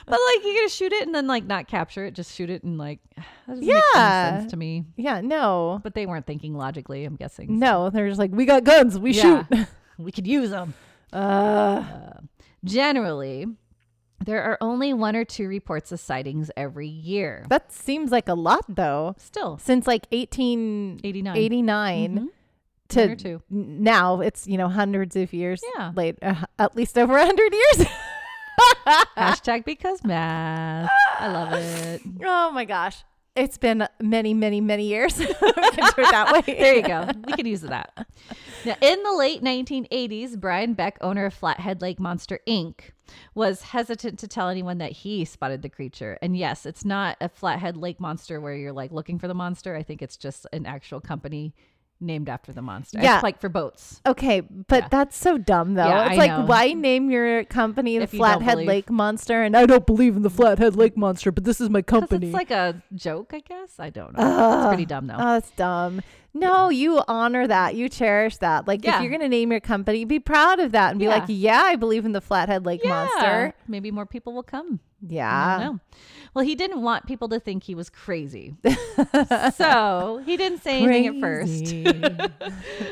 S2: But like you're gonna shoot it and then like not capture it, just shoot it and like that doesn't make
S1: Yeah.
S2: any sense to me.
S1: yeah, no.
S2: But they weren't thinking logically, I'm guessing.
S1: No, they're just like, we got guns. We shoot.
S2: we could use them.
S1: Uh,
S2: Generally, there are only one or two reports of sightings every year.
S1: that seems like a lot, though.
S2: Still,
S1: Since like 1889
S2: 89. One or
S1: to
S2: Mm-hmm. two.
S1: n- now, it's, you know, hundreds of years
S2: Yeah.
S1: late, uh, at least over 100 years.
S2: Hashtag because math. I love it.
S1: oh my gosh. It's been many, many, many years. we can do it that way.
S2: There you go. We could use that. Now, in the late 1980s, Brian Beck, owner of Flathead Lake Monster Inc., was hesitant to tell anyone that he spotted the creature. And yes, it's not a Flathead Lake Monster where you're like looking for the monster. I think it's just an actual company named after the monster.
S1: Yeah.
S2: It's like for boats.
S1: Okay, but that's so dumb though.
S2: Yeah,
S1: it's
S2: I
S1: like
S2: know.
S1: why name your company the
S2: If you don't
S1: Flathead
S2: believe.
S1: Lake Monster and I don't believe in the Flathead Lake Monster, but this is my
S2: 'Cause
S1: company.
S2: It's like a joke, I guess. I don't know. it's pretty dumb though.
S1: oh, that's dumb. No, you honor that. You cherish that. Like
S2: Yeah.
S1: if you're going to name your company, be proud of that and be
S2: Yeah.
S1: like, "Yeah, I believe in the Flathead Lake Monster."
S2: Maybe more people will come. I
S1: Yeah.
S2: don't know. Well, he didn't want people to think he was crazy. so he didn't say anything at first.
S1: first.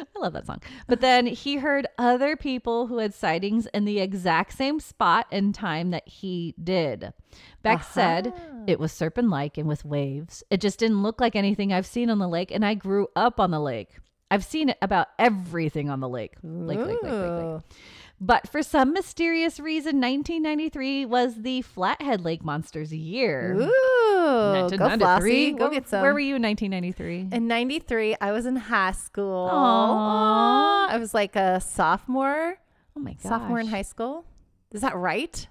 S2: I love that song. But then he heard other people who had sightings in the exact same spot and time that he did. Beck
S1: Uh-huh.
S2: said it was serpent like and with waves. It just didn't look like anything I've seen on the lake, and I grew up on the lake. I've seen about everything on the lake. Lake, lake, lake, lake, lake.
S1: Ooh.
S2: But for some mysterious reason, 1993 was the Flathead Lake Monsters year.
S1: Ooh. Oh, Go
S2: 1993.
S1: Flossie. Go
S2: Where-
S1: get some.
S2: Where were you in 1993?
S1: In 93, I was in high school.
S2: Aw.
S1: Aw, I was like a sophomore,
S2: oh my gosh. Oh,
S1: sophomore in high school. Is that right?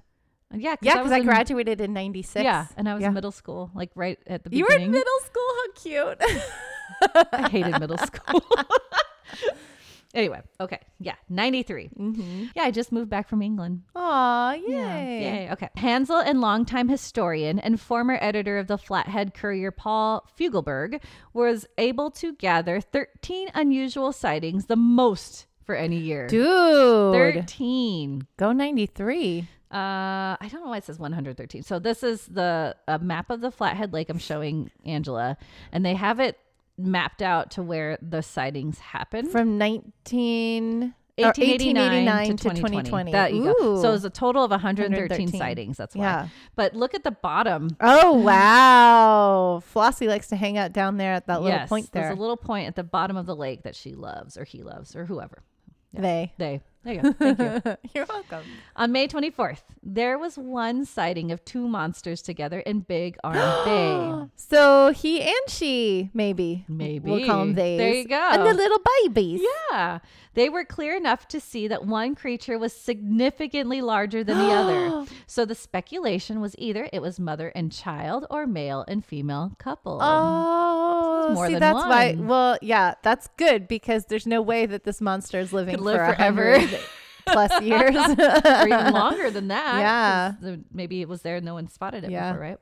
S2: Yeah, cause
S1: Yeah, because
S2: was
S1: I,
S2: in-
S1: graduated in 96.
S2: Yeah, and I was
S1: Yeah.
S2: in middle school, like right at the
S1: You were in
S2: beginning.
S1: middle school. How cute.
S2: I hated middle school. anyway, okay, yeah, ninety Yeah, I just moved back from England.
S1: Aw, Mm-hmm. yay.
S2: Yay. Okay. Hansel and longtime historian and former editor of the Flathead Courier, Paul Fugelberg, was able to gather 13 unusual sightings, the most for any year.
S1: Dude.
S2: 13.
S1: Go 93.
S2: Uh, I don't know why it says 113. So this is the a map of the Flathead Lake I'm showing Angela, and they have it mapped out to where the sightings happened.
S1: From uh, 19... or
S2: 1889 to 2020.
S1: 2020.
S2: That you go.
S1: Ooh.
S2: So it's a total of 113,
S1: 113.
S2: sightings. That's why.
S1: Yeah.
S2: But look at the bottom.
S1: oh, wow. Flossie likes to hang out down there at that little
S2: yes,
S1: point there.
S2: There's a little point at the bottom of the lake that she loves or he loves or whoever.
S1: They.
S2: They. There you go. Thank you.
S1: You're welcome.
S2: On May 24th, there was one sighting of two monsters together in Big Arm Bay.
S1: So he and she, maybe.
S2: Maybe.
S1: We'll call them they.
S2: There you go.
S1: And the little babies.
S2: Yeah. They were clear enough to see that one creature was significantly larger than the other. So the speculation was either it was mother and child or male and female couple.
S1: Oh,
S2: more
S1: see,
S2: than
S1: that's why.
S2: one.
S1: Well, yeah, that's good because there's no way that this monster is living
S2: Could live
S1: for a
S2: forever.
S1: hundred plus years.
S2: or even longer than that.
S1: Yeah.
S2: 'cause the- Maybe it was there and no one spotted it
S1: Yeah.
S2: before, right?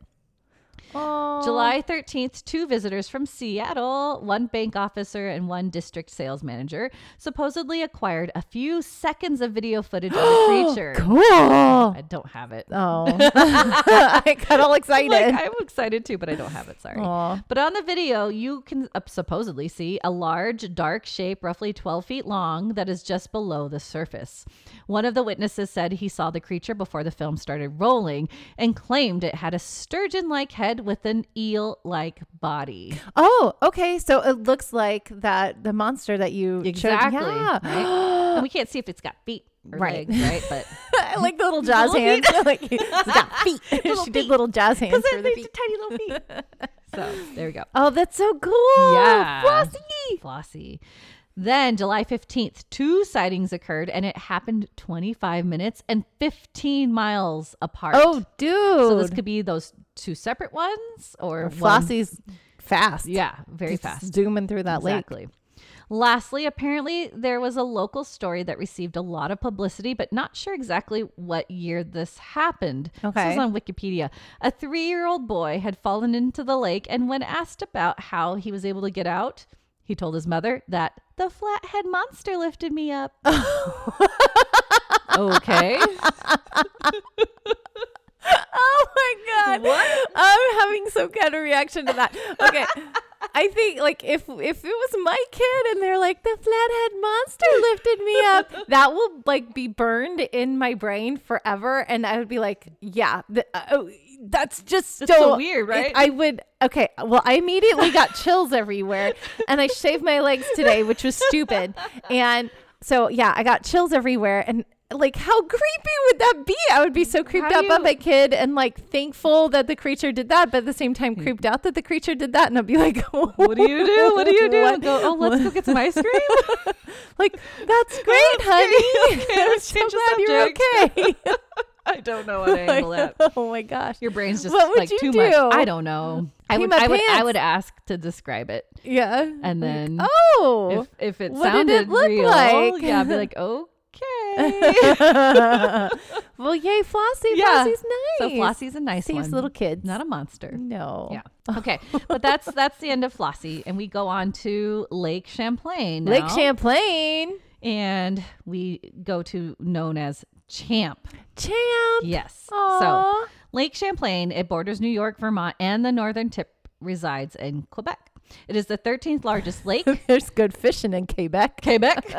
S1: Oh,
S2: July 13th, two visitors from Seattle, one bank officer and one district sales manager, supposedly acquired a few seconds of video footage of the creature.
S1: Cool.
S2: I don't have it.
S1: Oh, I got all excited.
S2: Like, I'm excited too, but I don't have it. Sorry.
S1: Aw.
S2: But on the video, you can uh, supposedly see a large, dark shape, roughly 12 feet long, that is just below the surface. One of the witnesses said he saw the creature before the film started rolling and claimed it had a sturgeon like head with an eel like body.
S1: Oh, okay. So it looks like that the monster that you showed-
S2: Exactly,
S1: Yeah.
S2: And we can't see if it's got feet or
S1: Right.
S2: legs, right? But
S1: I like the little jazz
S2: Little
S1: hands. like she's got feet. she
S2: Little feet.
S1: did little jazz hands for the
S2: it's
S1: feet.
S2: tiny little feet. so there we go.
S1: Oh, that's so cool.
S2: Yeah.
S1: Flossie.
S2: Flossy. Then July 15th, two sightings occurred and it happened 25 minutes and 15 miles apart.
S1: Oh, dude.
S2: so this could be those two separate ones or one-
S1: Flossie's fast.
S2: Yeah, very
S1: Just
S2: fast.
S1: Zooming through that lake.
S2: Exactly. Lastly, apparently there was a local story that received a lot of publicity, but not sure exactly what year this happened. This
S1: Okay.
S2: was on Wikipedia. A three year old boy had fallen into the lake, and when asked about how he was able to get out, he told his mother that the flathead monster lifted me up. okay.
S1: Oh my god. What? I'm having some kind of reaction to that. Okay. I think like if if it was my kid and they're like the flathead monster lifted me up, that will like be burned in my brain forever, and I would be like, yeah, th- uh, oh, that's just so,
S2: so weird, right?
S1: I would okay. Well, I immediately got chills everywhere, and I shaved my legs today, which was stupid, and so yeah, I got chills everywhere, and like how creepy would that be? I would be so creeped
S2: How
S1: out
S2: do
S1: by
S2: you-
S1: my kid and like thankful that the creature did that, but at the same time creeped out that the creature did that, and I'd be like,
S2: Hmm. What do you do? What do you do?
S1: What-
S2: Go, oh, let's go get some ice cream.
S1: Like that's great, honey.
S2: Okay,
S1: I'm
S2: let's
S1: so
S2: change the
S1: glad you're okay.
S2: I don't know what angle that.
S1: oh my gosh.
S2: Your brain's just
S1: What would
S2: like
S1: you
S2: too much.
S1: do?
S2: I don't know.
S1: Pee
S2: I would,
S1: my
S2: I would I
S1: pants.
S2: would ask to describe it.
S1: Yeah.
S2: And then
S1: Oh.
S2: if, if it
S1: what
S2: sounded
S1: did it look
S2: real,
S1: like?
S2: yeah, I'd be like, okay.
S1: well, yay, Flossie.
S2: Yeah.
S1: Flossie's nice.
S2: So Flossie's a nice
S1: saves
S2: one.
S1: little kids. Oh.
S2: Not a monster.
S1: no.
S2: Yeah. Okay. But that's that's the end of Flossie. And we go on to Lake Champlain. Now,
S1: Lake Champlain.
S2: And we go to known as Champ.
S1: Champ.
S2: Yes. So
S1: Aw.
S2: Lake Champlain, it borders New York, Vermont, and the northern tip resides in Quebec. It is the 13th largest lake.
S1: There's good fishing in Quebec.
S2: Quebec.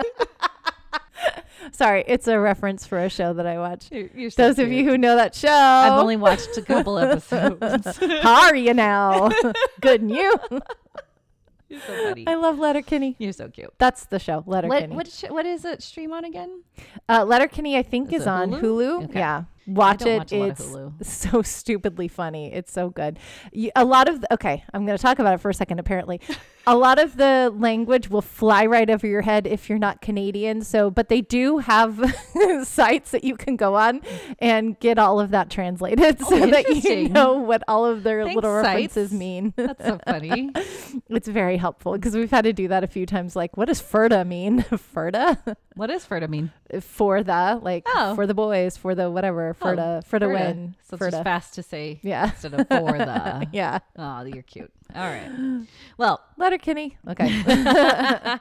S1: Sorry, it's a reference for a show that I watch.
S2: You're- you're so
S1: Those of
S2: cute.
S1: you who know that show,
S2: I've only watched a couple episodes.
S1: how are you now? good and you.
S2: You're so funny.
S1: I love Letterkenny.
S2: You're so cute.
S1: That's the show,
S2: What
S1: Letterkenny.
S2: what, sh- what is it stream on again?
S1: Uh, Letterkenny, I think, is,
S2: it
S1: on
S2: Hulu?
S1: Hulu.
S2: Okay.
S1: Yeah, watch
S2: don't
S1: it.
S2: watch a lot of
S1: it's
S2: Hulu.
S1: so stupidly funny. It's so good. Y- A lot of okay, I'm going to talk about it for a second. Apparently, a lot of the language will fly right over your head if you're not Canadian. So, but they do have sites that you can go on and get all of that translated so that you
S2: Oh, interesting.
S1: know what all of their
S2: Thanks,
S1: little references
S2: sites.
S1: mean.
S2: That's so funny.
S1: it's very helpful because we've had to do that a few times. Like, what does "ferda" mean? "Ferda."
S2: what does Ferda mean?
S1: for the like
S2: Oh.
S1: for the boys for the whatever for
S2: Oh,
S1: the for the win
S2: So it's
S1: for
S2: just
S1: the
S2: fast to say
S1: yeah
S2: instead of for the.
S1: yeah
S2: Oh, you're cute. All right. Well,
S1: letter Kenny okay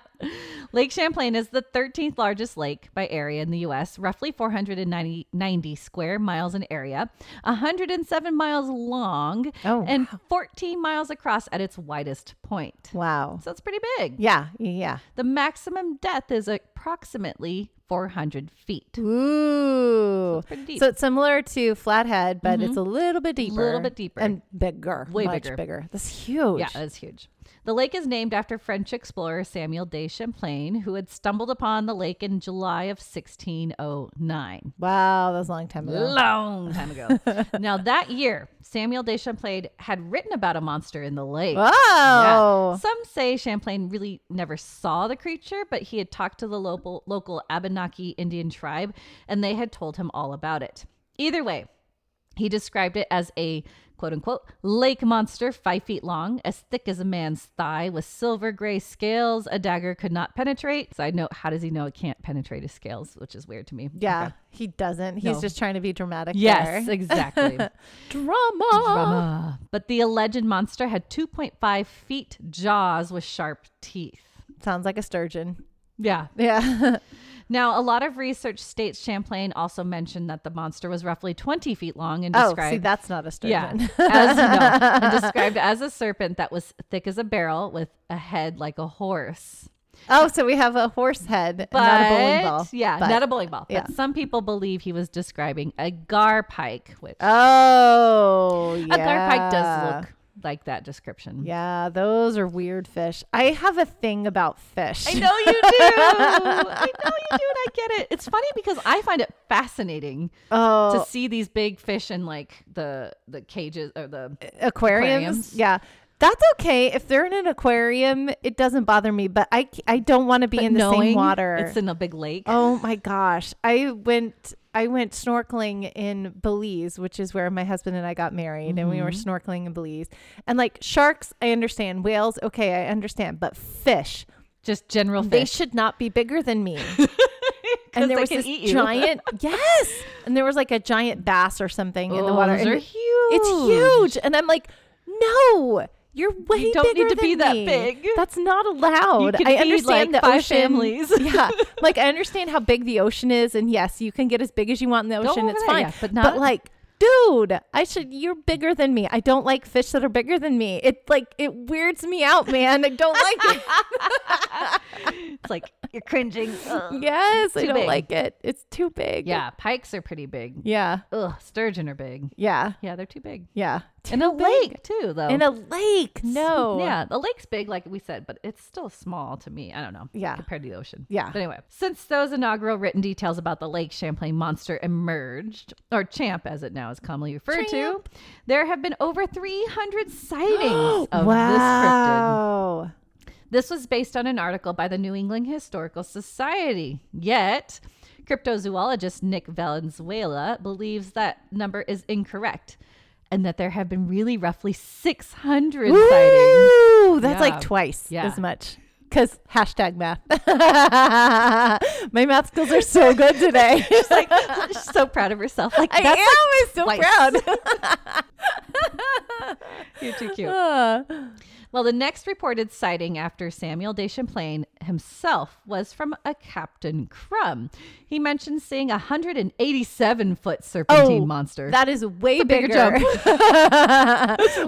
S2: Lake Champlain is the 13th largest lake by area in the U.S., roughly 490 90 square miles in area, 107 miles long,
S1: Oh,
S2: and 14 miles across at its widest point.
S1: wow
S2: So it's pretty big.
S1: yeah yeah
S2: The maximum depth is approximately 400 feet.
S1: ooh
S2: Pretty deep.
S1: so it's similar to flathead but it's a little bit deeper
S2: Mm-hmm. Little bit deeper.
S1: and bigger
S2: Way
S1: much
S2: bigger.
S1: that's huge
S2: yeah, that's huge. The lake is named after French explorer Samuel de Champlain, who had stumbled upon the lake in July of 1609.
S1: wow that was a long time ago
S2: Long time ago. now, that year, Samuel de Champlain had written about a monster in the lake. Yeah.
S1: oh
S2: Some say Champlain really never saw the creature, but he had talked to the local, local Abenaki Indian tribe and they had told him all about it. Either way, He described it as a quote unquote lake monster, five feet long, as thick as a man's thigh, with silver gray scales a dagger could not penetrate. Side note, how does he know it can't penetrate his scales? Which is weird to me.
S1: Yeah,
S2: Okay.
S1: he doesn't. He's
S2: No.
S1: just trying to be dramatic.
S2: Yes,
S1: there.
S2: exactly.
S1: drama.
S2: Drama. Ah, But the alleged monster had 2.5 feet jaws with sharp teeth.
S1: Sounds like a sturgeon.
S2: Yeah.
S1: Yeah.
S2: Now, a lot of research states Champlain also mentioned that the monster was roughly 20 feet long and
S1: oh,
S2: described.
S1: see, that's not a
S2: Yeah,
S1: sturgeon.
S2: as you know, and described as a serpent that was thick as a barrel with a head like a horse.
S1: oh, so we have a horse head,
S2: But
S1: not a bowling ball.
S2: yeah,
S1: But-
S2: not a bowling ball.
S1: yeah.
S2: But some people believe he was describing a gar pike, which
S1: Oh, yeah.
S2: a gar pike does look like that description.
S1: Yeah, those are weird fish. I have a thing about fish.
S2: I know you do. I know you do, and I get it. It's funny because I find it fascinating
S1: Oh,
S2: to see these big fish in like the the cages or the
S1: aquariums.
S2: Aquariums.
S1: Yeah. That's okay if they're in an aquarium. It doesn't bother me, but I c- I don't want to be
S2: but
S1: in the
S2: knowing
S1: same water.
S2: It's in a big lake.
S1: oh my gosh, I went I went snorkeling in Belize, which is where my husband and I got married, and we were
S2: Mm-hmm.
S1: snorkeling in Belize. And like sharks, I understand. Whales, okay, I understand. But fish,
S2: Just general
S1: they
S2: fish.
S1: should not be bigger than me.
S2: 'Cause
S1: and there
S2: they
S1: was
S2: can
S1: this
S2: eat you.
S1: giant yes, and there was like a giant bass or something in the
S2: Oh,
S1: water.
S2: Those
S1: and
S2: are
S1: it-
S2: huge.
S1: it's huge. And I'm like, no, you're way
S2: don't need
S1: bigger
S2: to be
S1: than
S2: that
S1: me.
S2: big.
S1: That's not allowed.
S2: You can
S1: I
S2: feed,
S1: understand
S2: like,
S1: the
S2: five
S1: ocean.
S2: families.
S1: yeah, like I understand how big the ocean is, and yes, you can get as big as you want in the
S2: Go
S1: ocean.
S2: over
S1: It's
S2: there,
S1: fine,
S2: yeah, but not-
S1: like. Dude, I should. You're bigger than me. I don't like fish that are bigger than me. It like it weirds me out, man. I don't like it.
S2: It's like you're cringing. Ugh.
S1: Yes, I
S2: Um, Too
S1: don't
S2: big.
S1: like it. It's too big.
S2: Yeah, pikes are pretty big.
S1: yeah,
S2: Ugh, sturgeon are big.
S1: yeah,
S2: Yeah, they're too big.
S1: yeah.
S2: In a
S1: Too
S2: lake too, though.
S1: big. in a lake. No.
S2: Yeah, the lake's big, like we said, but it's still small to me. I don't know.
S1: Yeah.
S2: Compared to the ocean.
S1: Yeah.
S2: But anyway, since those inaugural written details about the Lake Champlain monster emerged, or Champ as it now is commonly referred
S1: Champ.
S2: to, there have been over 300 sightings of this cryptid.
S1: wow.
S2: This was based on an article by the New England Historical Society. Yet, cryptozoologist Nick Valenzuela believes that number is incorrect and that there have been really roughly 600 sightings.
S1: Ooh, that's
S2: Yeah.
S1: like twice
S2: Yeah.
S1: as much. Because hashtag math. My math skills are so good today.
S2: She's like she's so proud of herself. Like
S1: I
S2: that's
S1: am so
S2: twice.
S1: proud.
S2: you're too cute.
S1: Uh,
S2: Well, the next reported sighting after Samuel de Champlain himself was from a Captain Crumb. He mentioned seeing a 187 foot
S1: Oh,
S2: serpentine monster.
S1: that is way
S2: bigger
S1: bigger.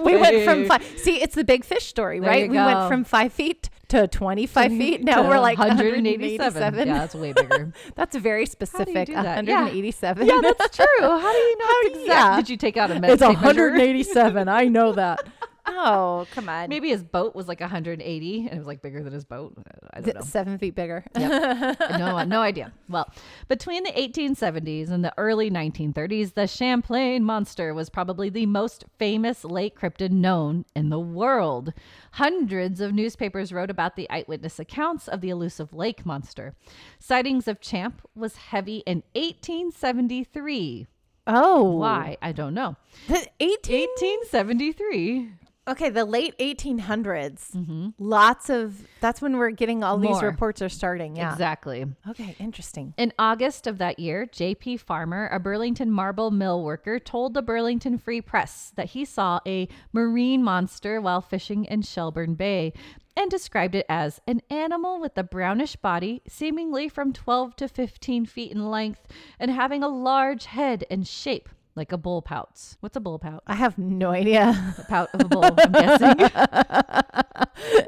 S1: we went from
S2: way-
S1: five. See, it's the big fish story,
S2: There
S1: right?
S2: you
S1: We went
S2: go.
S1: from five feet to 25 feet. Now
S2: to
S1: we're like
S2: 187.
S1: 187.
S2: Yeah, that's way bigger.
S1: That's very specific.
S2: do that? Yeah.
S1: 187.
S2: yeah, that's true. How do you know
S1: How-
S2: it's exact?
S1: yeah.
S2: Did you take out a med-
S1: It's
S2: tape measure?
S1: 187. I know that. Oh, come on.
S2: Maybe his boat was like 180 and it was like bigger than his boat. I don't know.
S1: seven feet bigger.
S2: no, no idea. Well, between the 1870s and the early 1930s, the Champlain monster was probably the most famous lake cryptid known in the world. Hundreds of newspapers wrote about the eyewitness accounts of the elusive lake monster. Sightings of Champ was heavy in 1873.
S1: Oh,
S2: Why? I don't know.
S1: The 18
S2: 1873.
S1: Okay, the late 1800s. Lots of that's when we're getting all these
S2: More.
S1: reports are starting. Yeah.
S2: Exactly.
S1: Okay, interesting.
S2: In August of that year, J.P. Farmer, a Burlington marble mill worker, told the Burlington Free Press that he saw a marine monster while fishing in Shelburne Bay and described it as an animal with a brownish body, seemingly from 12 to 15 feet in length, and having a large head and shape like a bull pout. What's a bull pout?
S1: I have no idea.
S2: A pout of a bull, I'm guessing.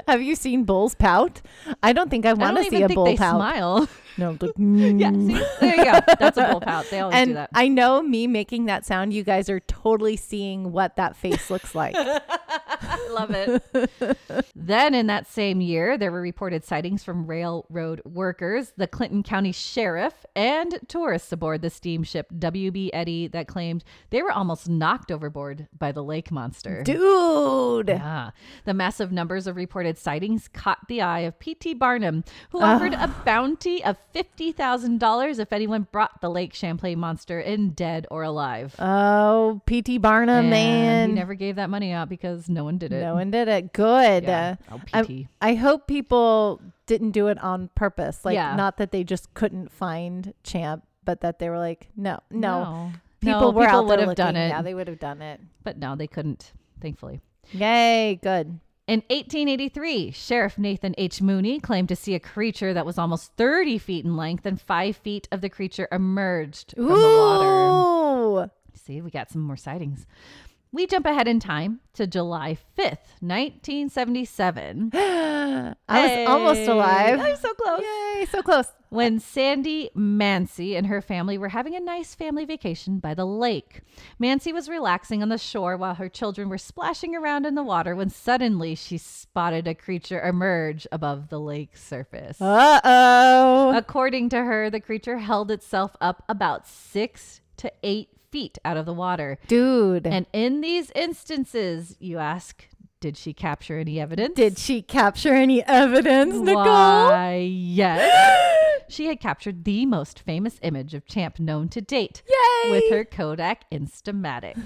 S1: have you seen bulls pout? I don't think I
S2: I
S1: want
S2: don't
S1: to see
S2: even
S1: a
S2: think
S1: bull
S2: they
S1: pout.
S2: smile.
S1: No, I'm like,
S2: yeah,
S1: mm.
S2: see? There you go. That's a bull pout. They always do
S1: And
S2: that.
S1: I know me making that sound, you guys are totally seeing what that face looks like.
S2: Love it. then in that same year, there were reported sightings from railroad workers, the Clinton County Sheriff, and tourists aboard the steamship WB Eddy that claimed they were almost knocked overboard by the lake monster.
S1: Dude.
S2: Yeah. The massive numbers of reported sightings caught the eye of P.T. Barnum, who offered a bounty of $50,000 if anyone brought the Lake Champlain monster in dead or alive.
S1: Oh, P.T. Barnum,
S2: And
S1: man.
S2: He never gave that money out because no one did it.
S1: no one did it. Good.
S2: Yeah.
S1: Uh,
S2: Oh,
S1: I,
S2: PT.
S1: I hope people didn't do it on purpose. Like,
S2: Yeah.
S1: not that they just couldn't find Champ, but that they were like, no, no.
S2: No,
S1: People were out
S2: would
S1: there
S2: have done
S1: looking.
S2: it.
S1: Yeah, they would have done it.
S2: but no, they couldn't, thankfully.
S1: Yay, good.
S2: In 1883, Sheriff Nathan H. Mooney claimed to see a creature that was almost 30 feet in length, and five feet of the creature emerged from the
S1: Ooh.
S2: water. See, we got some more sightings. We jump ahead in time to July 5th, 1977.
S1: I was almost alive.
S2: I'm so close.
S1: Yay, so close.
S2: When Sandy Mancy and her family were having a nice family vacation by the lake. Mancy was relaxing on the shore while her children were splashing around in the water when suddenly she spotted a creature emerge above the lake surface.
S1: Uh oh.
S2: According to her, the creature held itself up about six to eight feet out of the water.
S1: Dude.
S2: And in these instances, you ask, did she capture any evidence?
S1: Did she capture any evidence, Nicole?
S2: Why, yes. she had captured the most famous image of Champ known to date
S1: Yay!
S2: with her Kodak Instamatic.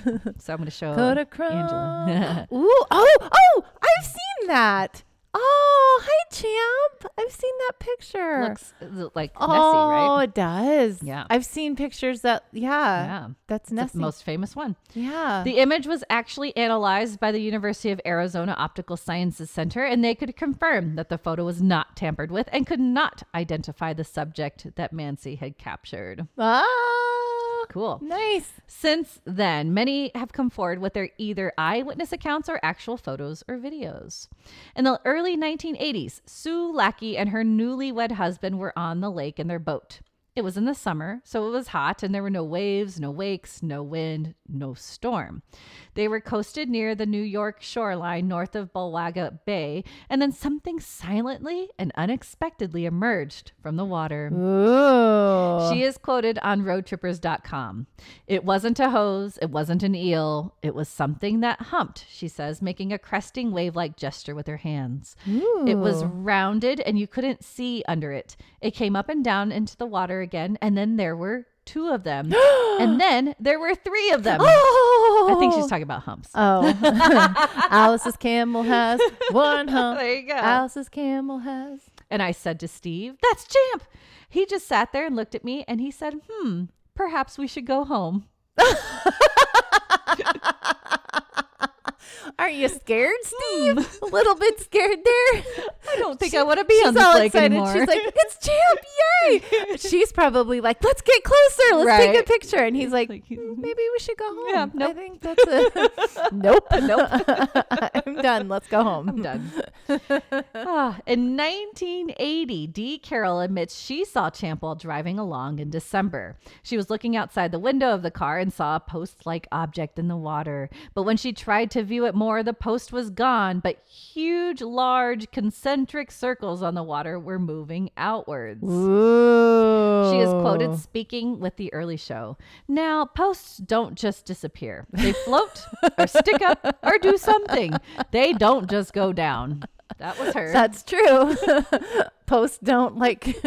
S2: so I'm going to show
S1: Kodak
S2: Angela.
S1: Ooh, oh, oh, I've seen that. Oh, hi, champ. I've seen that picture.
S2: Looks uh, like
S1: oh,
S2: Nessie, right?
S1: it does.
S2: Yeah.
S1: I've seen pictures that, yeah.
S2: Yeah.
S1: That's
S2: That's
S1: Nessie.
S2: the most famous one.
S1: yeah.
S2: The image was actually analyzed by the University of Arizona Optical Sciences Center, and they could confirm that the photo was not tampered with and could not identify the subject that Mancy had captured.
S1: ah,
S2: Cool.
S1: nice.
S2: Since then, many have come forward with their either eyewitness accounts or actual photos or videos. In the early 1980s, Sue Lackey and her newlywed husband were on the lake in their boat. It was in the summer, so it was hot and there were no waves, no wakes, no wind, no storm. They were coasted near the New York shoreline north of Bulwaga Bay, and then something silently and unexpectedly emerged from the water.
S1: Ooh.
S2: She is quoted on roadtrippers.com. It wasn't a hose, it wasn't an eel, it was something that humped, she says, making a cresting wave like gesture with her hands. It was rounded and you couldn't see under it. It came up and down into the water again, and then there were two of them. and then there were three of them.
S1: oh.
S2: I think she's talking about humps.
S1: Oh. Alice's camel has one hump.
S2: There you go.
S1: Alice's camel has.
S2: And I said to Steve, That's Champ. He just sat there and looked at me and he said, Hmm, perhaps we should go home.
S1: Aren't you scared, Steve? Hmm. A little bit scared there.
S2: I don't think I want to be on this lake anymore.
S1: She's like, "It's Champ! Yay!" She's probably like, "Let's get closer. Let's take a
S2: Right.
S1: picture." And he's like,
S2: Like, he's-
S1: "Mm, "Maybe we should go home."
S2: Yeah,
S1: I
S2: nope.
S1: think that's a nope. Nope. I'm done. Let's go home.
S2: I'm done. Ah, in 1980, Dee Carroll admits she saw Champ while driving along in December. She was looking outside the window of the car and saw a post like object in the water. But when she tried to view it more, the post was gone, but huge, large, concentric circles on the water were moving outwards.
S1: Ooh.
S2: She is
S1: Oh.
S2: quoted speaking with the early show. Now, posts don't just disappear. They float or stick up or do something. They don't just go down. That was her.
S1: That's true. Posts don't like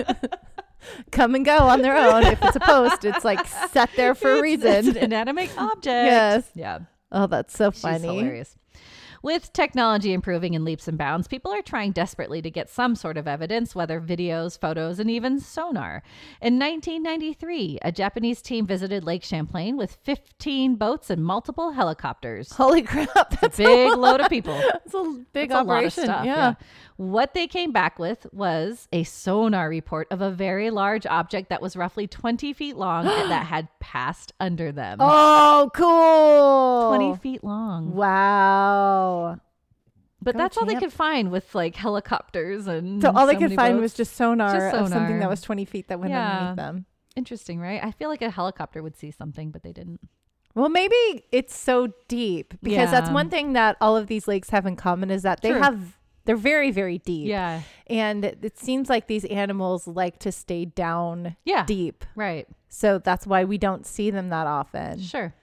S1: come and go on their own. If it's a post, it's like set there for a
S2: It's
S1: reason.
S2: an inanimate object.
S1: Yes.
S2: Yeah.
S1: Oh, that's so
S2: She's
S1: funny.
S2: hilarious. With technology improving in leaps and bounds, people are trying desperately to get some sort of evidence, whether videos, photos, and even sonar. In 1993, a Japanese team visited Lake Champlain with 15 boats and multiple helicopters.
S1: Holy crap! That's
S2: Big load of people.
S1: It's a big
S2: That's
S1: operation. yeah.
S2: What they came back with was a sonar report of a very large object that was roughly 20 feet long and that had passed under them.
S1: Oh, cool.
S2: 20 feet long.
S1: Wow.
S2: But
S1: Go
S2: that's all they
S1: champ.
S2: could find with like helicopters and.
S1: So all they
S2: Mm, so
S1: could
S2: many
S1: find
S2: boats.
S1: was just sonar,
S2: Just
S1: of something
S2: sonar.
S1: that was 20 feet that went
S2: Yeah.
S1: underneath them.
S2: Interesting, right? I feel like a helicopter would see something, but they didn't.
S1: Well, maybe it's so deep because that's
S2: Yeah.
S1: one thing that all of these lakes have in common is that they
S2: True.
S1: have they're very very deep.
S2: Yeah.
S1: And it it seems like these animals like to stay down
S2: Yeah.
S1: deep.
S2: Right.
S1: So that's why we don't see them that often.
S2: Sure.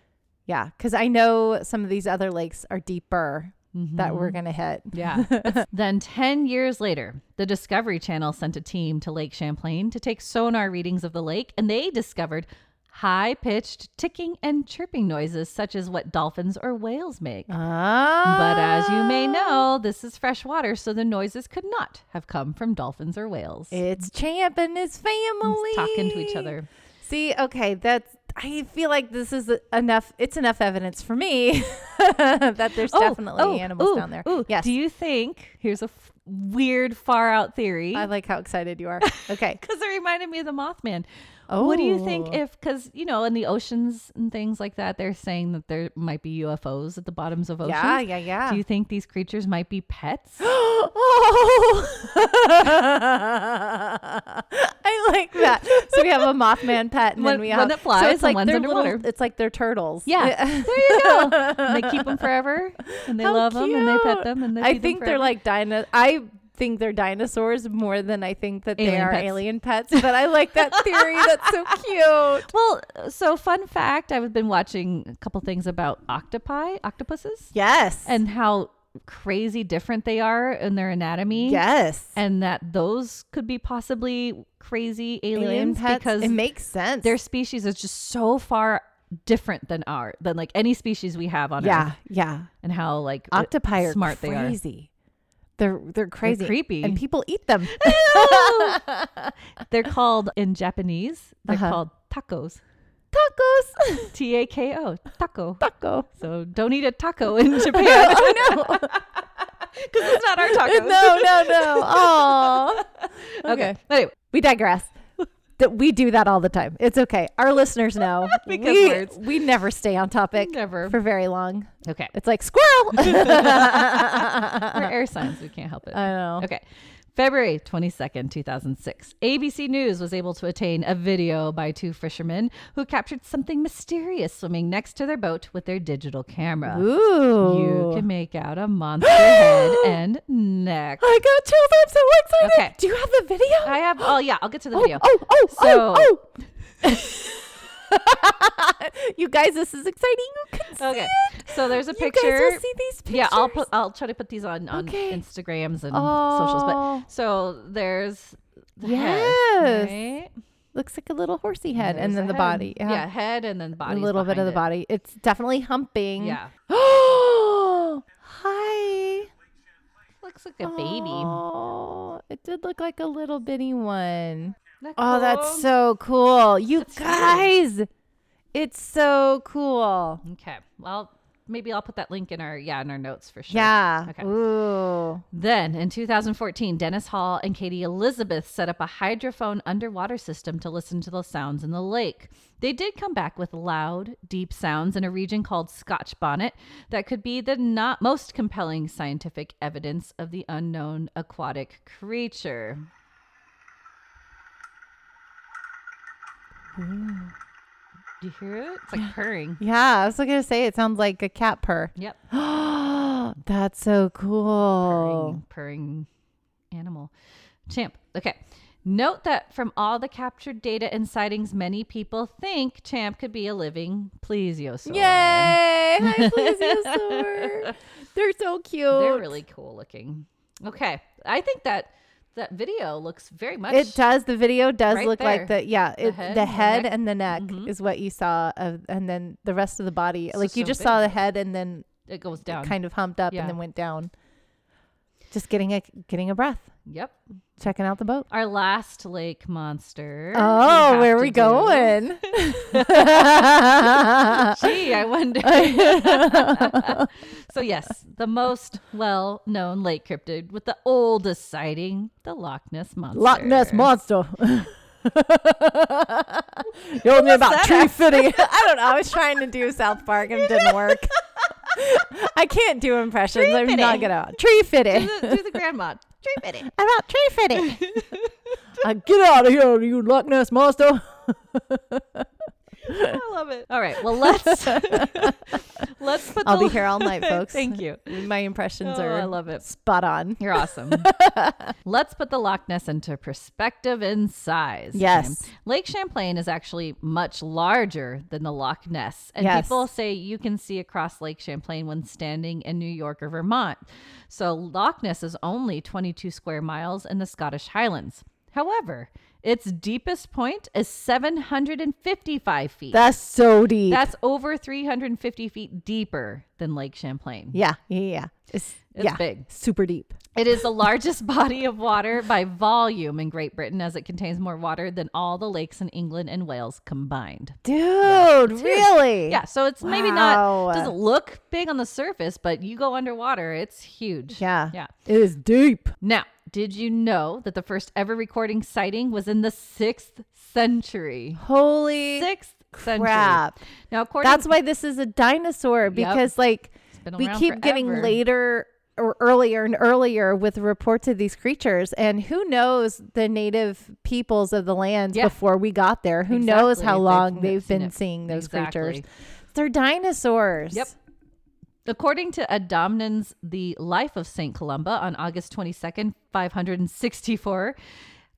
S1: Yeah, cuz I know some of these other lakes are deeper that
S2: Mm-hmm.
S1: we're going to hit.
S2: Yeah. then 10 years later, the Discovery Channel sent a team to Lake Champlain to take sonar readings of the lake, and they discovered high pitched ticking and chirping noises, such as what dolphins or whales make.
S1: Ah.
S2: But as you may know, this is fresh water, so the noises could not have come from dolphins or whales.
S1: It's Champ and his family
S2: Talking to each other.
S1: See, okay, that's. I feel like this is enough. It's enough evidence for me that there's
S2: Oh,
S1: definitely animals
S2: ooh,
S1: down there.
S2: ooh.
S1: yes,
S2: oh. Do you think, here's a f- weird, far out theory,
S1: I like how excited you are. Okay.
S2: because it reminded me of the Mothman. What do you think
S1: Oh.
S2: if, because, you know, in the oceans and things like that, they're saying that there might be UFOs at the bottoms of oceans.
S1: Yeah, yeah, yeah.
S2: Do you think these creatures might be pets?
S1: oh, I like that. So we have a Mothman pet, and
S2: One-
S1: then we
S2: one
S1: have
S2: that flies
S1: So
S2: and
S1: it's like
S2: one's
S1: they're
S2: underwater.
S1: Little, it's like they're turtles.
S2: Yeah, there you go. And they keep them forever, and they
S1: How
S2: love them, and they
S1: cute.
S2: pet them, and they
S1: I
S2: feed them
S1: think they're
S2: forever.
S1: like dino. I think they're dinosaurs more than I think that they
S2: Alien
S1: are
S2: pets.
S1: alien pets. But I like that theory. That's so cute.
S2: Well, so fun fact, I've been watching a couple things about octopi, octopuses,
S1: Yes.
S2: and how crazy different they are in their anatomy.
S1: yes.
S2: And that those could be possibly crazy aliens
S1: alien pets.
S2: because
S1: it makes sense.
S2: their species is just so far different than our than like any species we have on
S1: yeah,
S2: Earth.
S1: yeah.
S2: And how like uh,
S1: Octopi are
S2: smart they are.
S1: crazy. They're they're crazy,
S2: creepy.
S1: and people eat them.
S2: They're called in Japanese, they're
S1: Uh-huh.
S2: called tacos.
S1: Tacos,
S2: T A K O. Taco.
S1: taco.
S2: So don't eat a taco in Japan. oh no. Because it's not our
S1: no,
S2: tacos.
S1: no, no. Oh,
S2: Okay. Anyway,
S1: we digress. That we do that all the time. It's okay. Our listeners know
S2: Because
S1: we,
S2: words.
S1: we never stay on topic
S2: Never.
S1: for very long.
S2: okay.
S1: It's like squirrel.
S2: We're air signs. We can't help it.
S1: I know.
S2: Okay. February 22nd, 2006. ABC News was able to obtain a video by two fishermen who captured something mysterious swimming next to their boat with their digital camera.
S1: Ooh,
S2: You can make out a monster head and neck.
S1: I got chills. I'm so excited.
S2: Okay.
S1: Do you have the video?
S2: I have, oh, yeah, I'll get to the video.
S1: Oh, oh,
S2: So-
S1: oh, oh. you guys, this is exciting. You can see
S2: Okay.
S1: it.
S2: So there's a
S1: oh, You
S2: picture.
S1: guys will see these pictures.
S2: Yeah, I'll put. I'll try to put these on on
S1: Okay.
S2: Instagrams and socials.
S1: Oh.
S2: But so there's the
S1: Yes.
S2: head, right?
S1: Looks like a little horsey head,
S2: There's
S1: and then the
S2: head.
S1: body.
S2: Yeah. head and then body.
S1: a little bit of the body. It's definitely humping.
S2: Yeah,
S1: Oh, hi.
S2: looks like a baby.
S1: Oh, it did look like a little bitty one.
S2: Isn't that
S1: Oh, that's
S2: cool?
S1: so cool. You
S2: That's huge.
S1: guys, it's so cool.
S2: okay. Well, maybe I'll put that link in our yeah in our notes for sure.
S1: Yeah.
S2: Okay.
S1: Ooh.
S2: Then in 2014, Dennis Hall and Katie Elizabeth set up a hydrophone underwater system to listen to the sounds in the lake. They did come back with loud, deep sounds in a region called Scotch Bonnet that could be the not most compelling scientific evidence of the unknown aquatic creature. Do you hear it? It's like purring.
S1: Yeah, I was gonna say it sounds like a cat purr.
S2: Yep.
S1: That's so cool. Oh.
S2: purring, purring animal champ. Okay. Note that from all the captured data and sightings, many people think Champ could be a living plesiosaur.
S1: Yay! Hi, plesiosaur. They're so cute.
S2: They're really cool looking. Okay. I think that that video looks very much
S1: It does. The video does
S2: Right
S1: look like
S2: there.
S1: the yeah, it, the
S2: head
S1: head,
S2: and the neck. Mm-hmm.
S1: and the neck is what you saw, of, and then the rest of the body.
S2: So,
S1: like you
S2: so
S1: just saw the head, and then
S2: it goes down.
S1: kind of humped up,
S2: Yeah.
S1: and then went down. Just getting a getting a breath,
S2: yep.
S1: checking out the boat.
S2: Our last lake monster. we
S1: Oh,
S2: have
S1: where
S2: to
S1: we
S2: do-
S1: going?
S2: Gee, I wonder. so yes, the most well-known lake cryptid with the oldest sighting, the Loch Ness monster.
S1: Loch Ness monster. you only about tree fitting. I don't know. I was trying to do South Park and it didn't work. I can't do impressions. I'm not
S2: fitting.
S1: gonna tree fitting.
S2: Do the, do the grandma. Tree fitting.
S1: about tree fitting. I get out of here, you Loch Ness monster.
S2: I love it. All right. Well, let's Let's put
S1: I'll
S2: the
S1: be here all night, folks.
S2: Thank you.
S1: My impressions
S2: Oh,
S1: are
S2: I love it.
S1: spot on.
S2: You're awesome. Let's put the Loch Ness into perspective and size.
S1: Yes.
S2: Okay. Lake Champlain is actually much larger than the Loch Ness. And
S1: Yes.
S2: people say you can see across Lake Champlain when standing in New York or Vermont. So Loch Ness is only 22 square miles in the Scottish Highlands. However, its deepest point is 755 feet.
S1: That's so deep.
S2: That's over 350 feet deeper than Lake Champlain.
S1: yeah, yeah, yeah. It's,
S2: It's
S1: yeah,
S2: big.
S1: super deep.
S2: It is the largest body of water by volume in Great Britain, as it contains more water than all the lakes in England and Wales combined.
S1: Dude, really?
S2: Yeah, so it's maybe not
S1: Wow.
S2: doesn't look big on the surface, but you go underwater, it's huge.
S1: Yeah.
S2: yeah.
S1: It is deep.
S2: Now, did you know that the first ever recording sighting was in the sixth century?
S1: Holy
S2: Sixth century.
S1: crap.
S2: Now, according
S1: That's why this is a dinosaur because, like,
S2: been
S1: we
S2: around
S1: keep getting
S2: forever.
S1: later or earlier and earlier with reports of these creatures. And who knows the native peoples of the lands
S2: Yeah.
S1: before we got there? Who knows
S2: Exactly,
S1: how
S2: if they've
S1: long
S2: n-
S1: they've,
S2: seen
S1: been
S2: it.
S1: seeing those creatures?
S2: Exactly.
S1: They're dinosaurs.
S2: Yep. According to Ed Domnan's The Life of St. Columba on August 22nd, 564,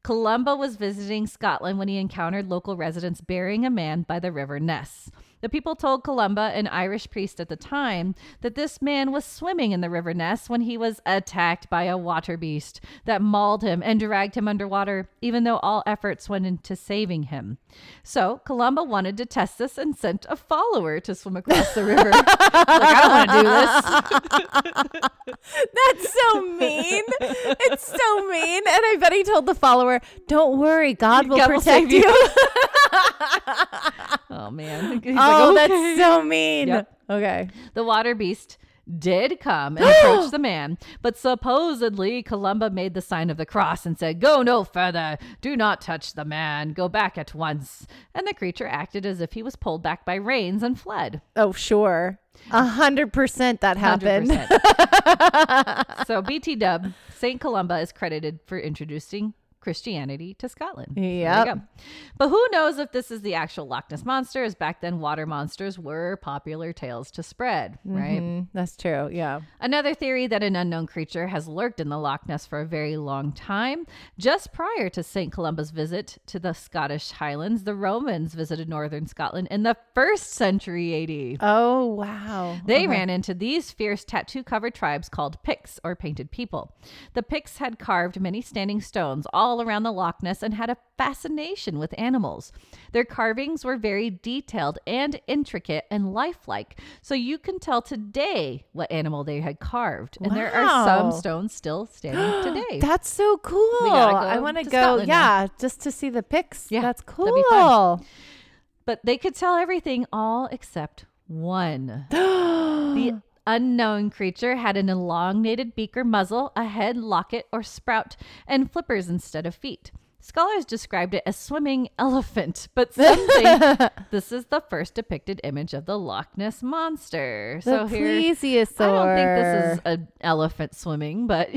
S2: Columba was visiting Scotland when he encountered local residents burying a man by the River Ness. The people told Columba, an Irish priest at the time, that this man was swimming in the River Ness when he was attacked by a water beast that mauled him and dragged him underwater, even though all efforts went into saving him. So Columba wanted to test this and sent a follower to swim across the river. like, I don't want to do this.
S1: That's so mean. it's so mean. And I bet he told the follower, don't worry, God will
S2: God will
S1: protect
S2: save
S1: you.
S2: you." Oh man. He's like,
S1: oh,
S2: "Okay."
S1: that's so mean.
S2: Yep.
S1: Okay.
S2: the water beast did come and approach the man, but supposedly Columba made the sign of the cross and said, Go no further, do not touch the man, go back at once. And the creature acted as if he was pulled back by reins and fled.
S1: Oh, sure. A hundred percent that happened.
S2: 100%. so BT Dub, Saint Columba is credited for introducing Christianity to Scotland. There you
S1: Yep.
S2: go. But who knows if this is the actual Loch Ness monster? As back then, water monsters were popular tales to spread, right?
S1: Mm, that's true. Yeah.
S2: Another theory that an unknown creature has lurked in the Loch Ness for a very long time. Just prior to St. Columba's visit to the Scottish Highlands, the Romans visited northern Scotland in the first century AD.
S1: Oh, wow.
S2: They ran into these fierce tattoo covered tribes called Picts or painted people. The Picts had carved many standing stones all around the Loch Ness and had a fascination with animals. Their carvings were very detailed and intricate and lifelike, so you can tell today what animal they had carved. And there are some
S1: Wow.
S2: stones still standing today.
S1: That's so cool.
S2: gotta
S1: I
S2: go
S1: want to
S2: to
S1: go.
S2: Scotland now.
S1: Yeah, just to see the pics.
S2: Yeah,
S1: that's
S2: that'd
S1: cool.
S2: be fun. but they could tell everything all except one. the unknown creature had an elongated beak or muzzle, a head, locket, or sprout, and flippers instead of feet. Scholars described it as swimming elephant, but some think this is the first depicted image of the Loch Ness monster.
S1: The
S2: so here,
S1: plesiosaur.
S2: I don't think this is an elephant swimming, but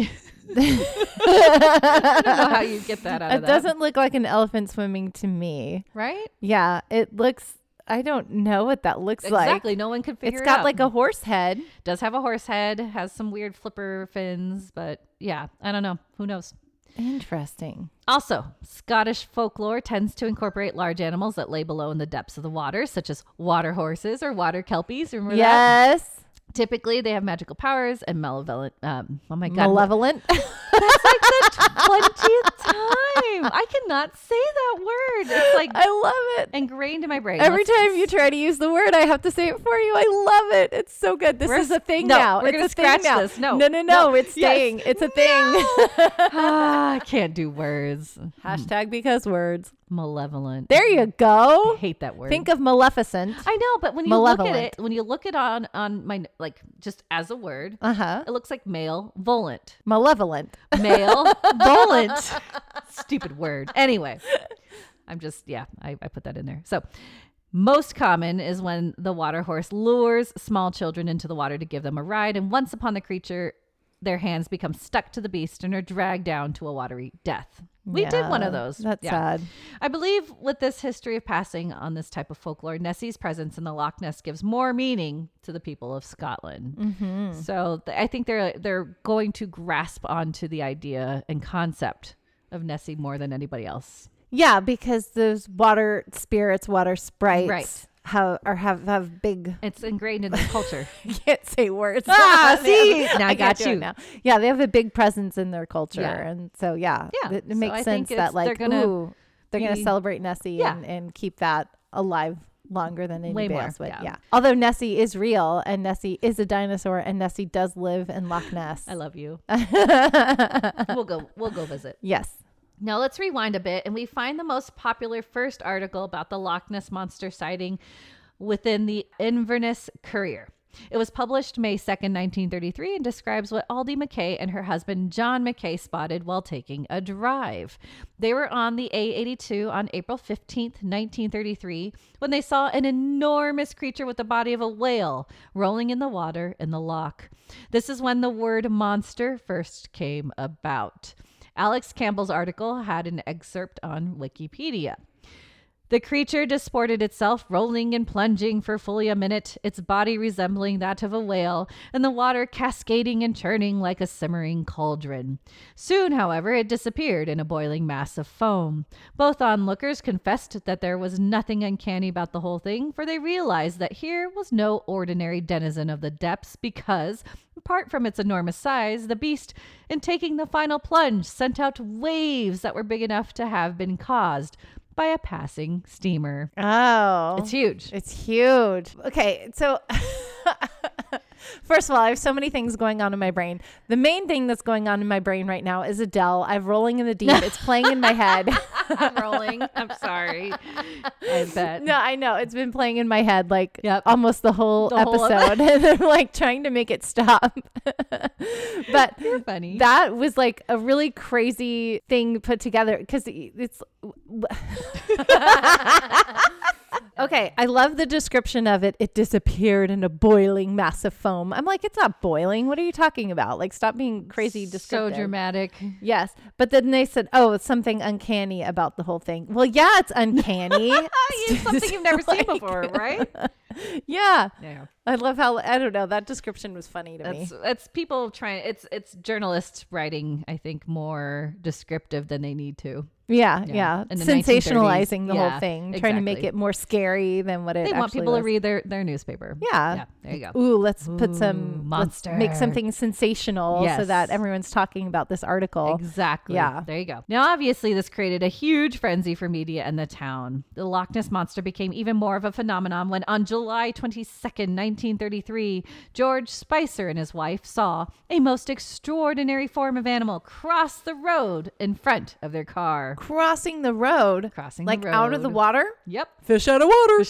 S2: I don't know how you get that out
S1: It
S2: of that.
S1: doesn't look like an elephant swimming to me.
S2: right?
S1: Yeah, it looks. I don't know what that looks like.
S2: Exactly. no one could figure
S1: It's
S2: it
S1: got
S2: out.
S1: like a horse head.
S2: does have a horse head, has some weird flipper fins, but yeah, I don't know. Who knows?
S1: Interesting.
S2: Also, Scottish folklore tends to incorporate large animals that lay below in the depths of the water, such as water horses or water kelpies. Remember that?
S1: yes.
S2: Typically, they have magical powers and malevolent. Um, oh my god,
S1: Malevolent.
S2: twentieth time! I cannot say that word. It's like
S1: I love it.
S2: ingrained in my brain.
S1: Every
S2: Let's-
S1: time you try to use the word, I have to say it for you. I love it. It's so good. This
S2: We're
S1: is a
S2: s-
S1: thing
S2: no,
S1: now.
S2: we're
S1: it's
S2: gonna
S1: a thing
S2: scratch
S1: now.
S2: this. No,
S1: no, no,
S2: no.
S1: no. It's
S2: Yes.
S1: staying. It's a thing.
S2: Ah, I can't do words.
S1: Hashtag because words.
S2: Malevolent.
S1: There you
S2: I
S1: go.
S2: hate that word.
S1: Think of Maleficent.
S2: I know, but when you look at
S1: Malevolent.
S2: it, when you look it on on my like just as a word,
S1: Uh huh.
S2: it looks like male volent,
S1: Malevolent.
S2: male volent. Stupid word. Anyway, I'm just yeah, I, I put that in there. So. Most common is when the water horse lures small children into the water to give them a ride, and once upon the creature, their hands become stuck to the beast and are dragged down to a watery death. We did one of
S1: Yeah,
S2: those.
S1: That's
S2: Yeah.
S1: sad.
S2: I believe with this history of passing on this type of folklore, Nessie's presence in the Loch Ness gives more meaning to the people of Scotland. So th- I think they're they're going to grasp onto the idea and concept of Nessie more than anybody else.
S1: Yeah, because those water spirits, water sprites,
S2: Right.
S1: have or have have big.
S2: It's ingrained in the culture.
S1: I can't say words.
S2: Ah,
S1: They have-
S2: see? Now I
S1: can't
S2: got
S1: do it
S2: you.
S1: Yeah, they have a big presence in their culture,
S2: Yeah.
S1: and so yeah,
S2: Yeah,
S1: it, it
S2: so
S1: makes
S2: I think
S1: sense
S2: it's-
S1: that
S2: they're
S1: like
S2: gonna
S1: ooh, they're gonna
S2: be-
S1: celebrate Nessie
S2: Yeah.
S1: and, and keep that alive longer than anybody
S2: more,
S1: else would.
S2: yeah.
S1: Yeah. Although Nessie is real, and Nessie is a dinosaur, and Nessie does live in Loch Ness.
S2: I love you. we'll go we'll go visit.
S1: yes.
S2: Now let's rewind a bit and we find the most popular first article about the Loch Ness monster sighting within the Inverness Courier. It was published May 2nd, 1933, and describes what Aldi McKay and her husband John McKay spotted while taking a drive. They were on the A82 on April 15th, 1933, when they saw an enormous creature with the body of a whale rolling in the water in the loch. This is when the word monster first came about. Alex Campbell's article had an excerpt on Wikipedia. The creature disported itself, rolling and plunging for fully a minute, its body resembling that of a whale, and the water cascading and churning like a simmering cauldron. Soon, however, it disappeared in a boiling mass of foam. Both onlookers confessed that there was nothing uncanny about the whole thing, for they realized that here was no ordinary denizen of the depths because, apart from its enormous size, the beast, in taking the final plunge, sent out waves that were big enough to have been caused by a passing steamer.
S1: Oh.
S2: It's huge.
S1: It's huge. Okay, so first of all, I have so many things going on in my brain. The main thing that's going on in my brain right now is Adele. I'm rolling in the deep. It's playing in my head.
S2: I'm rolling. I'm sorry. I bet.
S1: No, I know it's been playing in my head like
S2: Yep.
S1: almost the whole
S2: The whole of-
S1: episode, and I'm like trying to make it stop. but
S2: You're funny.
S1: that was like a really crazy thing put together because it's okay i love the description of it it disappeared in a boiling mass of foam i'm like it's not boiling what are you talking about like stop being crazy
S2: so
S1: descriptive
S2: dramatic.
S1: yes but then they said oh it's something uncanny about the whole thing well yeah it's uncanny
S2: It's something you've never seen before, right?
S1: yeah
S2: Yeah.
S1: i love how i don't know that description was funny to me
S2: That's that's people trying it's it's journalists writing, I think, more descriptive than they need to.
S1: Yeah,
S2: Yeah.
S1: yeah.
S2: In the 1930s.
S1: Sensationalizing the
S2: Yeah,
S1: whole thing, trying to make
S2: exactly.
S1: it more scary than what it.
S2: They want
S1: actually
S2: people to
S1: was.
S2: read their, their newspaper.
S1: Yeah.
S2: Yeah. There you go.
S1: Ooh, let's put
S2: Ooh,
S1: some let's
S2: monster.
S1: make something sensational so
S2: Yes.
S1: that everyone's talking about this article.
S2: Exactly.
S1: Yeah.
S2: There you go. Now, obviously, this created a huge frenzy for media and the town. The Loch Ness Monster became even more of a phenomenon when, on July 22nd, 1933, George Spicer and his wife saw a most extraordinary form of animal cross the road in front of their car.
S1: Crossing the road,
S2: Crossing the
S1: like out of the
S2: road.
S1: water,
S2: Yep.
S1: fish out of water.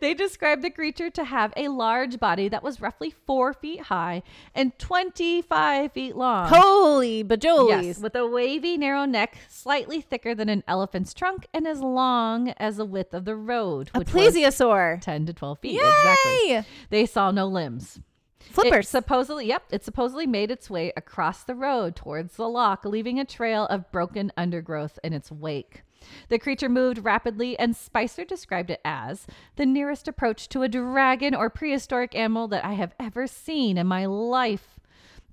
S2: They described the creature to have a large body that was roughly four feet high and 25 feet long.
S1: Holy bajolies!
S2: Yes, with a wavy, narrow neck, slightly thicker than an elephant's trunk, and as long as the width of the road,
S1: a
S2: which was
S1: plesiosaur,
S2: 10 to 12 feet.
S1: Yay!
S2: Exactly. They saw no limbs. It
S1: flippers.
S2: supposedly, yep, it supposedly made its way across the road towards the lock, leaving a trail of broken undergrowth in its wake. The creature moved rapidly, and Spicer described it as the nearest approach to a dragon or prehistoric animal that I have ever seen in my life.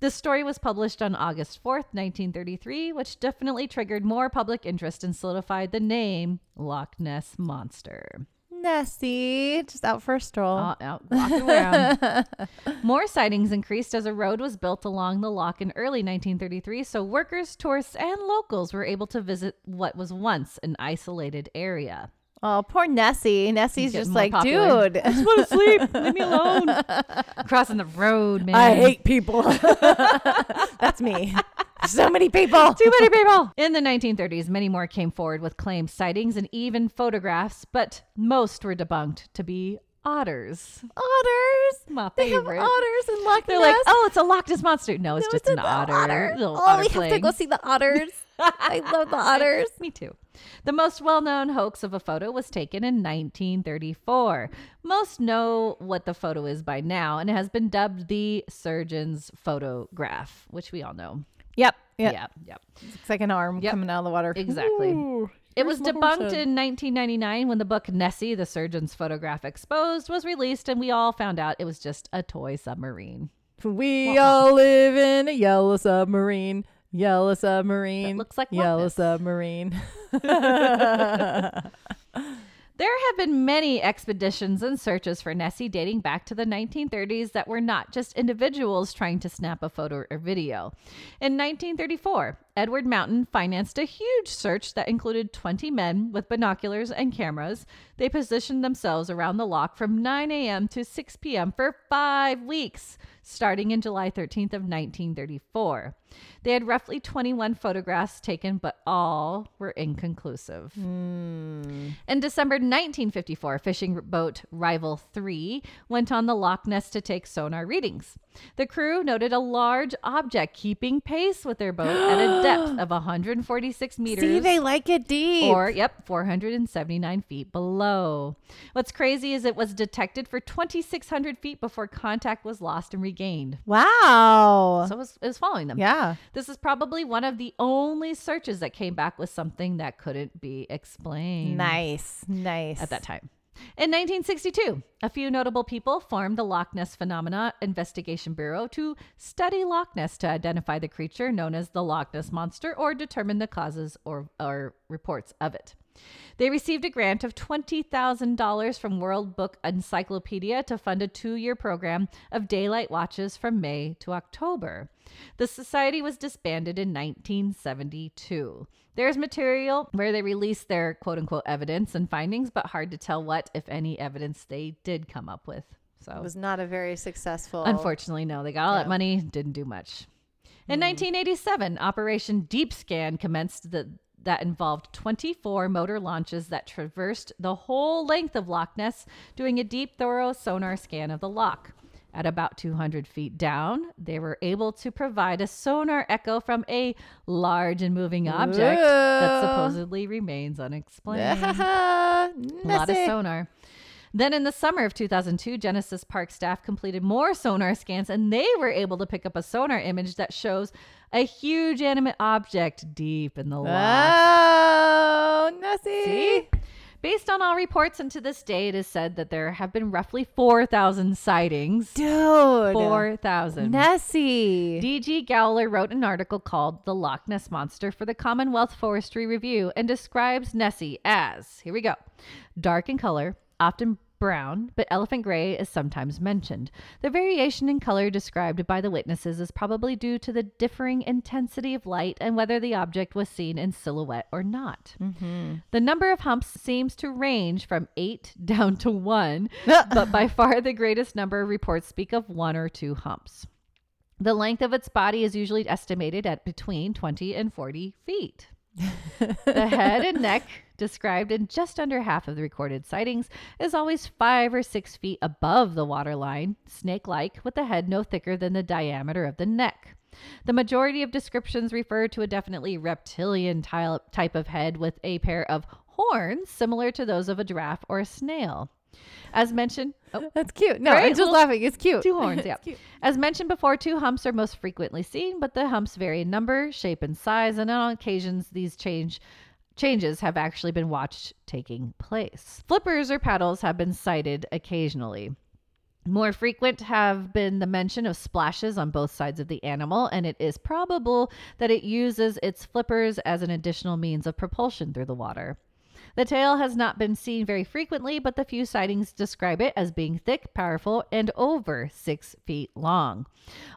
S2: This story was published on August 4th, 1933, which definitely triggered more public interest and solidified the name Loch Ness Monster.
S1: Nessie, just out for a stroll.
S2: Out- out walking around. More sightings increased as a road was built along the lock in early 1933, so workers, tourists, and locals were able to visit what was once an isolated area.
S1: oh, poor Nessie. Nessie's
S2: Getting
S1: just
S2: more
S1: like,
S2: popular.
S1: dude,
S2: I just want to sleep. Leave me alone. Crossing the road, man.
S1: I hate people. That's me. So many people.
S2: Too many people. In the 1930s, many more came forward with claimed sightings and even photographs, but most were debunked to be otters.
S1: otters.
S2: My
S1: They have
S2: favorite.
S1: otters in Loch
S2: They're
S1: Ness.
S2: like, oh, it's a Loch Ness monster. No, it's
S1: No,
S2: just
S1: it's
S2: an, otter. Little
S1: Oh,
S2: otter
S1: we have to
S2: playing.
S1: go see the otters. I love the otters.
S2: Me too. The most well known hoax of a photo was taken in 1934. Most know what the photo is by now, and it has been dubbed the surgeon's photograph, which we all know.
S1: Yep. Yep.
S2: Yeah, yeah.
S1: It's like an arm
S2: Yep.
S1: coming out of the water.
S2: Exactly.
S1: Ooh,
S2: It was
S1: here's my
S2: debunked
S1: horsehead.
S2: in 1999 when the book Nessie, the Surgeon's Photograph Exposed, was released, and we all found out it was just a toy submarine.
S1: We all live in a yellow submarine. Yellow submarine.
S2: looks like Loch
S1: yellow
S2: Ness.
S1: submarine.
S2: There have been many expeditions and searches for Nessie dating back to the 1930s that were not just individuals trying to snap a photo or video. In 1934, Edward Mountain financed a huge search that included 20 men with binoculars and cameras. They positioned themselves around the lock from 9 a.m. to 6 p.m. for five weeks, starting in July 13th of 1934. They had roughly 21 photographs taken, but all were inconclusive. In December 1954, fishing boat Rival 3 went on the Loch Ness to take sonar readings. The crew noted a large object keeping pace with their boat at a depth of 146 meters.
S1: See, they like it deep.
S2: or, yep, 479 feet below. What's crazy is it was detected for 2,600 feet before contact was lost and regained.
S1: wow.
S2: So it was, it was following them.
S1: yeah.
S2: This is probably one of the only searches that came back with something that couldn't be explained
S1: Nice. Nice.
S2: at that time. In 1962, a few notable people formed the Loch Ness Phenomena Investigation Bureau to study Loch Ness to identify the creature known as the Loch Ness Monster or determine the causes or, or reports of it. They received a grant of $20,000 from World Book Encyclopedia to fund a two year program of daylight watches from May to October. The society was disbanded in 1972. There's material where they release their quote unquote evidence and findings, but hard to tell what, if any, evidence they did come up with. So,
S1: It was not a very successful.
S2: Unfortunately, no. They got all that money, didn't do much. In 1987, Operation Deep Scan commenced the, that involved 24 motor launches that traversed the whole length of Loch Ness, doing a deep, thorough sonar scan of the loch. At about 200 feet down, they were able to provide a sonar echo from a large and moving object
S1: Whoa.
S2: that supposedly remains unexplained. A lot of
S1: Messy.
S2: sonar. Then in the summer of 2002, Genesis Park staff completed more sonar scans and they were able to pick up a sonar image that shows a huge animate object deep in the loch.
S1: Oh, Nessie.
S2: See? Based on all reports and to this day, it is said that there have been roughly 4,000 sightings.
S1: Dude.
S2: 4,000.
S1: Nessie.
S2: D.G. Gowler wrote an article called The Loch Ness Monster for the Commonwealth Forestry Review and describes Nessie as here we go dark in color, often brown, but elephant gray is sometimes mentioned. The variation in color described by the witnesses is probably due to the differing intensity of light and whether the object was seen in silhouette or not. The number of humps seems to range from eight down to one, but by far the greatest number of reports speak of one or two humps. The length of its body is usually estimated at between 20 and 40 feet. the head and neck, described in just under half of the recorded sightings, is always five or six feet above the waterline, snake like, with the head no thicker than the diameter of the neck. The majority of descriptions refer to a definitely reptilian ty- type of head with a pair of horns similar to those of a giraffe or a snail. As mentioned, oh,
S1: That's cute. No,
S2: Right?
S1: I'm just
S2: Little-
S1: laughing. It's cute.
S2: Two horns, yeah.
S1: cute.
S2: As mentioned before, two humps are most frequently seen, but the humps vary in number, shape, and size, and on occasions these change changes have actually been watched taking place. Flippers or paddles have been sighted occasionally. More frequent have been the mention of splashes on both sides of the animal, and it is probable that it uses its flippers as an additional means of propulsion through the water. The tail has not been seen very frequently, but the few sightings describe it as being thick, powerful, and over six feet long.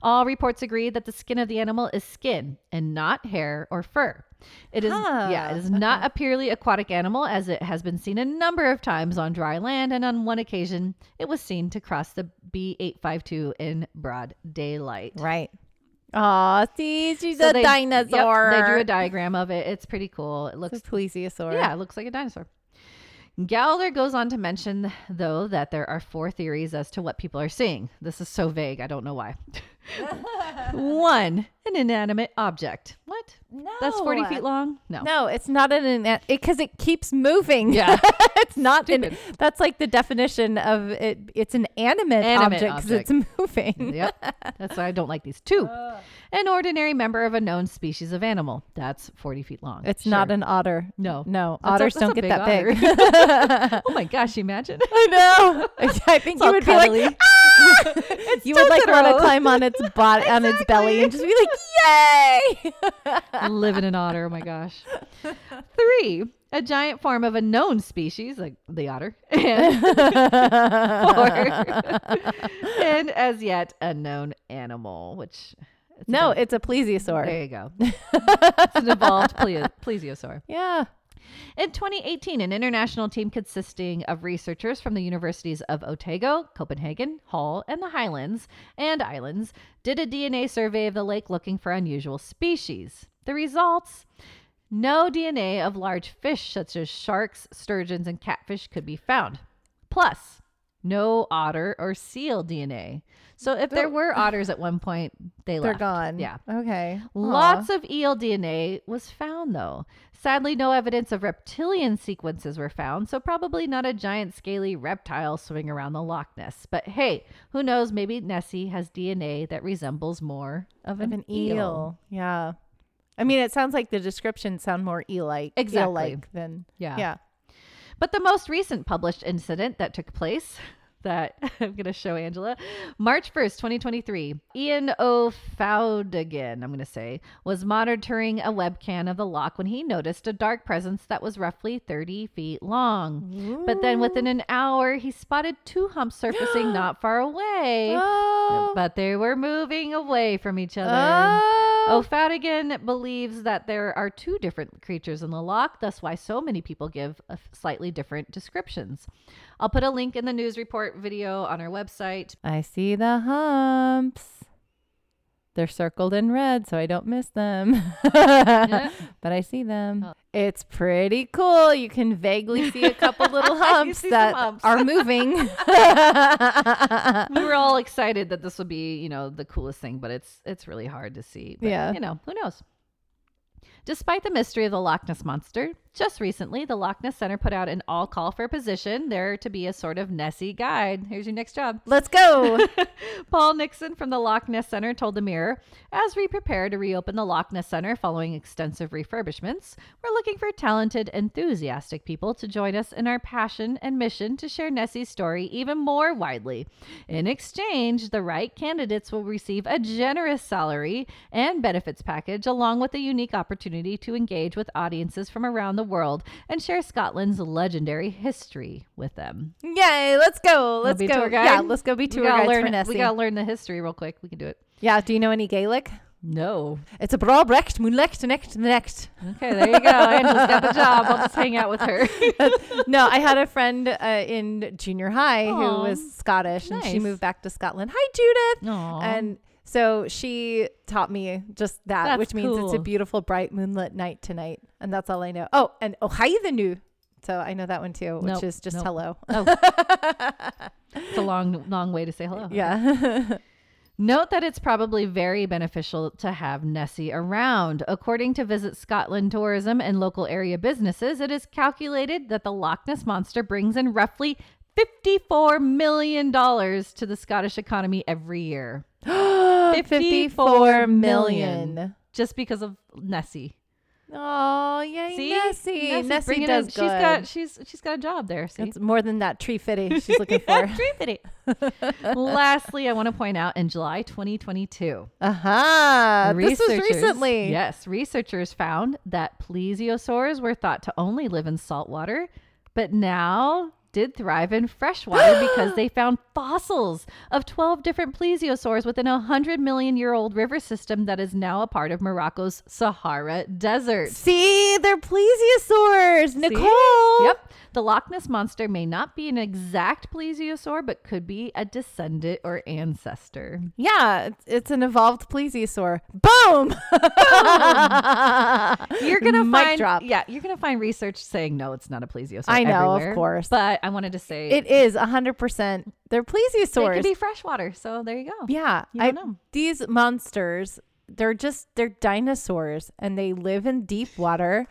S2: All reports agree that the skin of the animal is skin and not hair or fur. It is yeah, it is
S1: Uh-huh.
S2: not a purely aquatic animal as it has been seen a number of times on dry land and on one occasion it was seen to cross the B852 in broad daylight.
S1: Right. Aw, see, she's a
S2: they-
S1: dinosaur.
S2: Yep, they drew a diagram of it. It's pretty cool. It looks
S1: It's a plesiosaur.
S2: yeah, it looks like a dinosaur. Gowler goes on to mention, though, that there are four theories as to what people are seeing. This is so vague, I don't know why. One, an inanimate object. What?
S1: No.
S2: That's 40 feet long? No.
S1: No, it's not an inan- it because it keeps moving.
S2: Yeah.
S1: it's not. An,
S2: Stupid.
S1: that's like the definition of it. It's an animate,
S2: Animate
S1: object because it's moving.
S2: yep. That's why I don't like these two. An ordinary member of a known species of animal. That's 40 feet long.
S1: It's not
S2: Sure.
S1: an otter.
S2: No.
S1: No,
S2: That's a-
S1: otters
S2: that's
S1: don't get
S2: a big
S1: that
S2: otter.
S1: big.
S2: oh my gosh, imagine.
S1: I know. I think
S2: It's
S1: you
S2: all
S1: would be like, "Ah!"
S2: cuddly.
S1: you would like want to
S2: Totoro.
S1: climb on its body, on its belly, and just be like, yay!
S2: live in an otter. Oh my gosh. Three, a giant form of a known species, like the otter. And four, and as yet unknown animal, which. it's a
S1: no,
S2: bit-
S1: it's a plesiosaur.
S2: There you go. it's an evolved pleo- plesiosaur.
S1: Yeah.
S2: In 2018, an international team consisting of researchers from the universities of Otago, Copenhagen, Hull, and the Highlands and Islands did a DNA survey of the lake looking for unusual species. The results no DNA of large fish such as sharks, sturgeons, and catfish could be found. Plus, no otter or seal DNA. So if there were otters at one point, they
S1: They're
S2: left.
S1: gone.
S2: Yeah.
S1: Okay. Aw.
S2: Lots of E eel DNA was found, though. Sadly, no evidence of reptilian sequences were found, so probably not a giant scaly reptile swimming around the Loch Ness. But hey, who knows? Maybe Nessie has DNA that resembles more of
S1: of
S2: an,
S1: an eel. Yeah. I mean, it sounds like the descriptions sound more eel-like,
S2: Exactly.
S1: eel-like than
S2: Yeah.
S1: yeah.
S2: But the most recent published incident that took place that I'm going to show Angela, March 1st, 2023, Ian O'Fowdigan, I'm going to say, was monitoring a webcam of the lock when he noticed a dark presence that was roughly 30 feet long. But then within an hour, he spotted two humps surfacing not far away.
S1: Oh.
S2: But they were moving away from each other.
S1: Oh.
S2: O'Fadigan believes that there are two different creatures in the loch, thus why so many people give a f- slightly different descriptions. I'll put a link in the news report video on our website.
S1: I see the humps. They're circled in red, so I don't miss them. But I see them.
S2: Oh.
S1: It's pretty cool. You can vaguely see a couple little
S2: You
S1: humps
S2: see some
S1: that
S2: humps.
S1: are moving.
S2: We were all excited that this would be, you know, the coolest thing, but it's it's really hard to see. But,
S1: Yeah.
S2: you know, who knows? Despite the mystery of the Loch Ness monster, just recently the Loch Ness Center put out an all call for position there to be a sort of Nessie guide. Here's your next job.
S1: Let's go.
S2: Paul Nixon from the Loch Ness Center told the Mirror, as we prepare to reopen the Loch Ness Center following extensive refurbishments, we're looking for talented, enthusiastic people to join us in our passion and mission to share Nessie's story even more widely. In exchange, the right candidates will receive a generous salary and benefits package, along with a unique opportunity to engage with audiences from around the world and share Scotland's legendary history with them.
S1: Yay, let's go. Let's
S2: Wanna be
S1: go.
S2: tour
S1: Yeah,
S2: guide?
S1: let's go be
S2: We
S1: tour
S2: gotta,
S1: guides
S2: learn,
S1: for Nessie.
S2: we gotta learn the history real quick. We can do it.
S1: yeah, do you know any Gaelic?
S2: No.
S1: It's a bra brecht, moonlecht, necht, necht.
S2: Okay, there you go. Angela's got the job. I'll just hang out with her.
S1: no, I had a friend uh, in junior high
S2: Aw.
S1: who was Scottish, and she
S2: Nice.
S1: moved back to Scotland. Hi, Judith.
S2: Aw.
S1: And so she taught me just that,
S2: That's
S1: which means it's a
S2: cool.
S1: beautiful, bright, moonlit night tonight, and that's all I know. Oh, and oh, hi the new. So I know that one too, which
S2: Nope,
S1: is just
S2: nope.
S1: hello.
S2: It's a long, long way to say hello.
S1: Yeah.
S2: Note that it's probably very beneficial to have Nessie around. According to Visit Scotland Tourism and local area businesses, it is calculated that the Loch Ness Monster brings in roughly $54 million to the Scottish economy every year.
S1: 54 million.
S2: Just because of Nessie.
S1: Oh, yay,
S2: See?
S1: Nessie. Nessie,
S2: bringing
S1: does
S2: in-
S1: good.
S2: She's got, she's, she's got a job there. See?
S1: It's more than that tree fitting she's looking for.
S2: Trippity. Lastly, I want to point out in July 2022,
S1: Aha. Uh, This was
S2: researchers-
S1: recently.
S2: Yes, researchers found that plesiosaurs were thought to only live in salt water, but now did thrive in fresh water because they found fossils of 12 different plesiosaurs within a 100 million year old river system that is now a part of Morocco's Sahara Desert.
S1: See, they're plesiosaurs. Nicole.
S2: Yep. The Loch Ness monster may not be an exact plesiosaur, but could be a descendant or ancestor.
S1: Yeah, it's, it's an evolved plesiosaur. Boom.
S2: You're gonna
S1: Mic
S2: find
S1: drop.
S2: yeah, you're gonna find research saying no, it's not a plesiosaur.
S1: I know, of
S2: everywhere,
S1: course.
S2: but but I wanted to say
S1: It is 100%. They're
S2: they
S1: plesiosaurs.
S2: could be freshwater. So there you go.
S1: yeah.
S2: You
S1: I
S2: don't know.
S1: These monsters, they're just, they're dinosaurs and they live in deep water.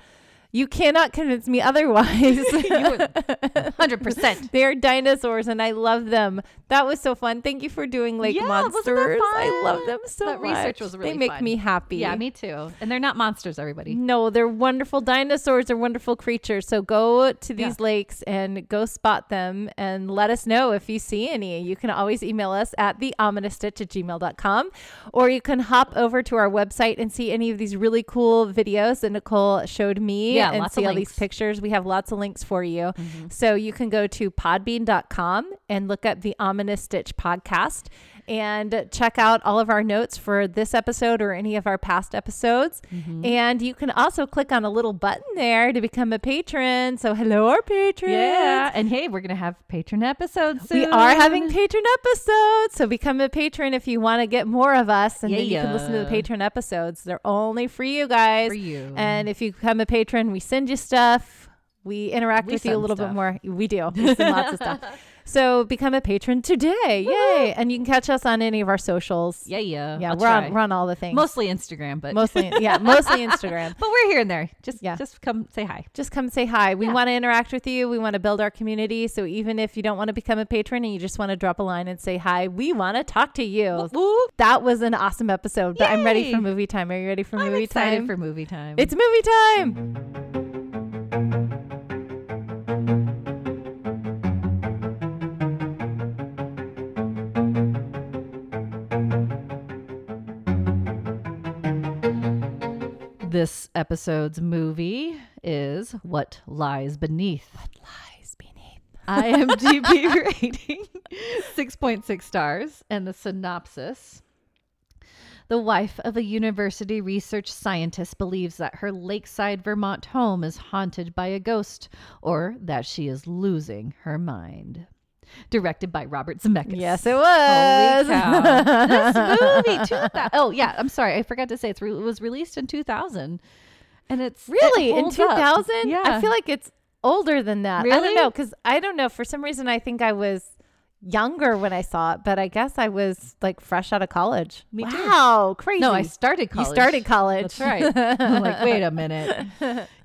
S1: You cannot convince me otherwise.
S2: Hundred percent.
S1: They're dinosaurs and I love them. That was so fun. Thank you for doing Lake
S2: Yeah, wasn't that
S1: Monsters. I love
S2: fun?
S1: them so
S2: That
S1: much.
S2: research was really
S1: They make
S2: fun.
S1: me happy.
S2: Yeah, me too. And they're not monsters, everybody.
S1: No, they're wonderful dinosaurs. They're wonderful creatures. So go to these lakes and go spot them and let us know if you see any. You can always email us at theominousstitch at gmail.com or you can hop over to our website and see any of these really cool videos that Nicole showed me
S2: Yeah,
S1: and
S2: lots
S1: see
S2: of
S1: all these
S2: links.
S1: pictures. We have lots of links for you.
S2: Mm-hmm.
S1: So you can go to podbean.com and look up the Ominous Stitch podcast and check out all of our notes for this episode or any of our past episodes.
S2: Mm-hmm.
S1: And you can also click on a little button there to become a patron. So hello, our patrons.
S2: Yeah. And hey, we're gonna have patron episodes. Soon.
S1: We are having patron episodes. So become a patron if you want to get more of us. And then you can listen to the
S2: Yeah.
S1: patron episodes. They're only free, you guys.
S2: for you.
S1: And if you become a patron, we send you stuff. We interact
S2: We
S1: with you a
S2: send
S1: little bit
S2: stuff.
S1: more. We do. We send lots of stuff. So become a patron today. Yay. And you can catch us on any of our socials.
S2: yeah, yeah.
S1: Yeah,
S2: I'll
S1: we're
S2: try.
S1: on we're on all the things.
S2: mostly Instagram, but
S1: mostly yeah, mostly Instagram.
S2: but we're here and there. Just
S1: Yeah.
S2: just come say hi.
S1: Just come say hi. We
S2: Yeah.
S1: want to interact with you. We want to build our community. So even if you don't want to become a patron and you just want to drop a line and say hi, we want to talk to you.
S2: Whoop, whoop.
S1: That was an awesome episode. But I'm ready for
S2: Yay.
S1: movie time. Are you ready for
S2: I'm
S1: movie
S2: excited
S1: time?
S2: Oh, for movie time.
S1: It's movie time.
S2: this episode's movie is What Lies Beneath.
S1: Lies beneath.
S2: IMDb rating 6.6 stars. And the synopsis The wife of a university research scientist believes that her lakeside Vermont home is haunted by a ghost or that she is losing her mind. Directed by Robert Zemeckis.
S1: Yes, it was.
S2: Holy cow. this movie, 2000. Oh, yeah. I'm sorry. I forgot to say it's re- it was released in 2000. And it's it
S1: Really? In
S2: holds up.
S1: 2000?
S2: Yeah.
S1: I feel like it's older than that. I don't
S2: Really?
S1: know. Because I don't know. For some reason, I think I was younger when I saw it, but I guess I was like fresh out of college.
S2: Me too.
S1: wow. Crazy.
S2: No, I started college.
S1: You started college.
S2: That's right. I'm like, wait a minute.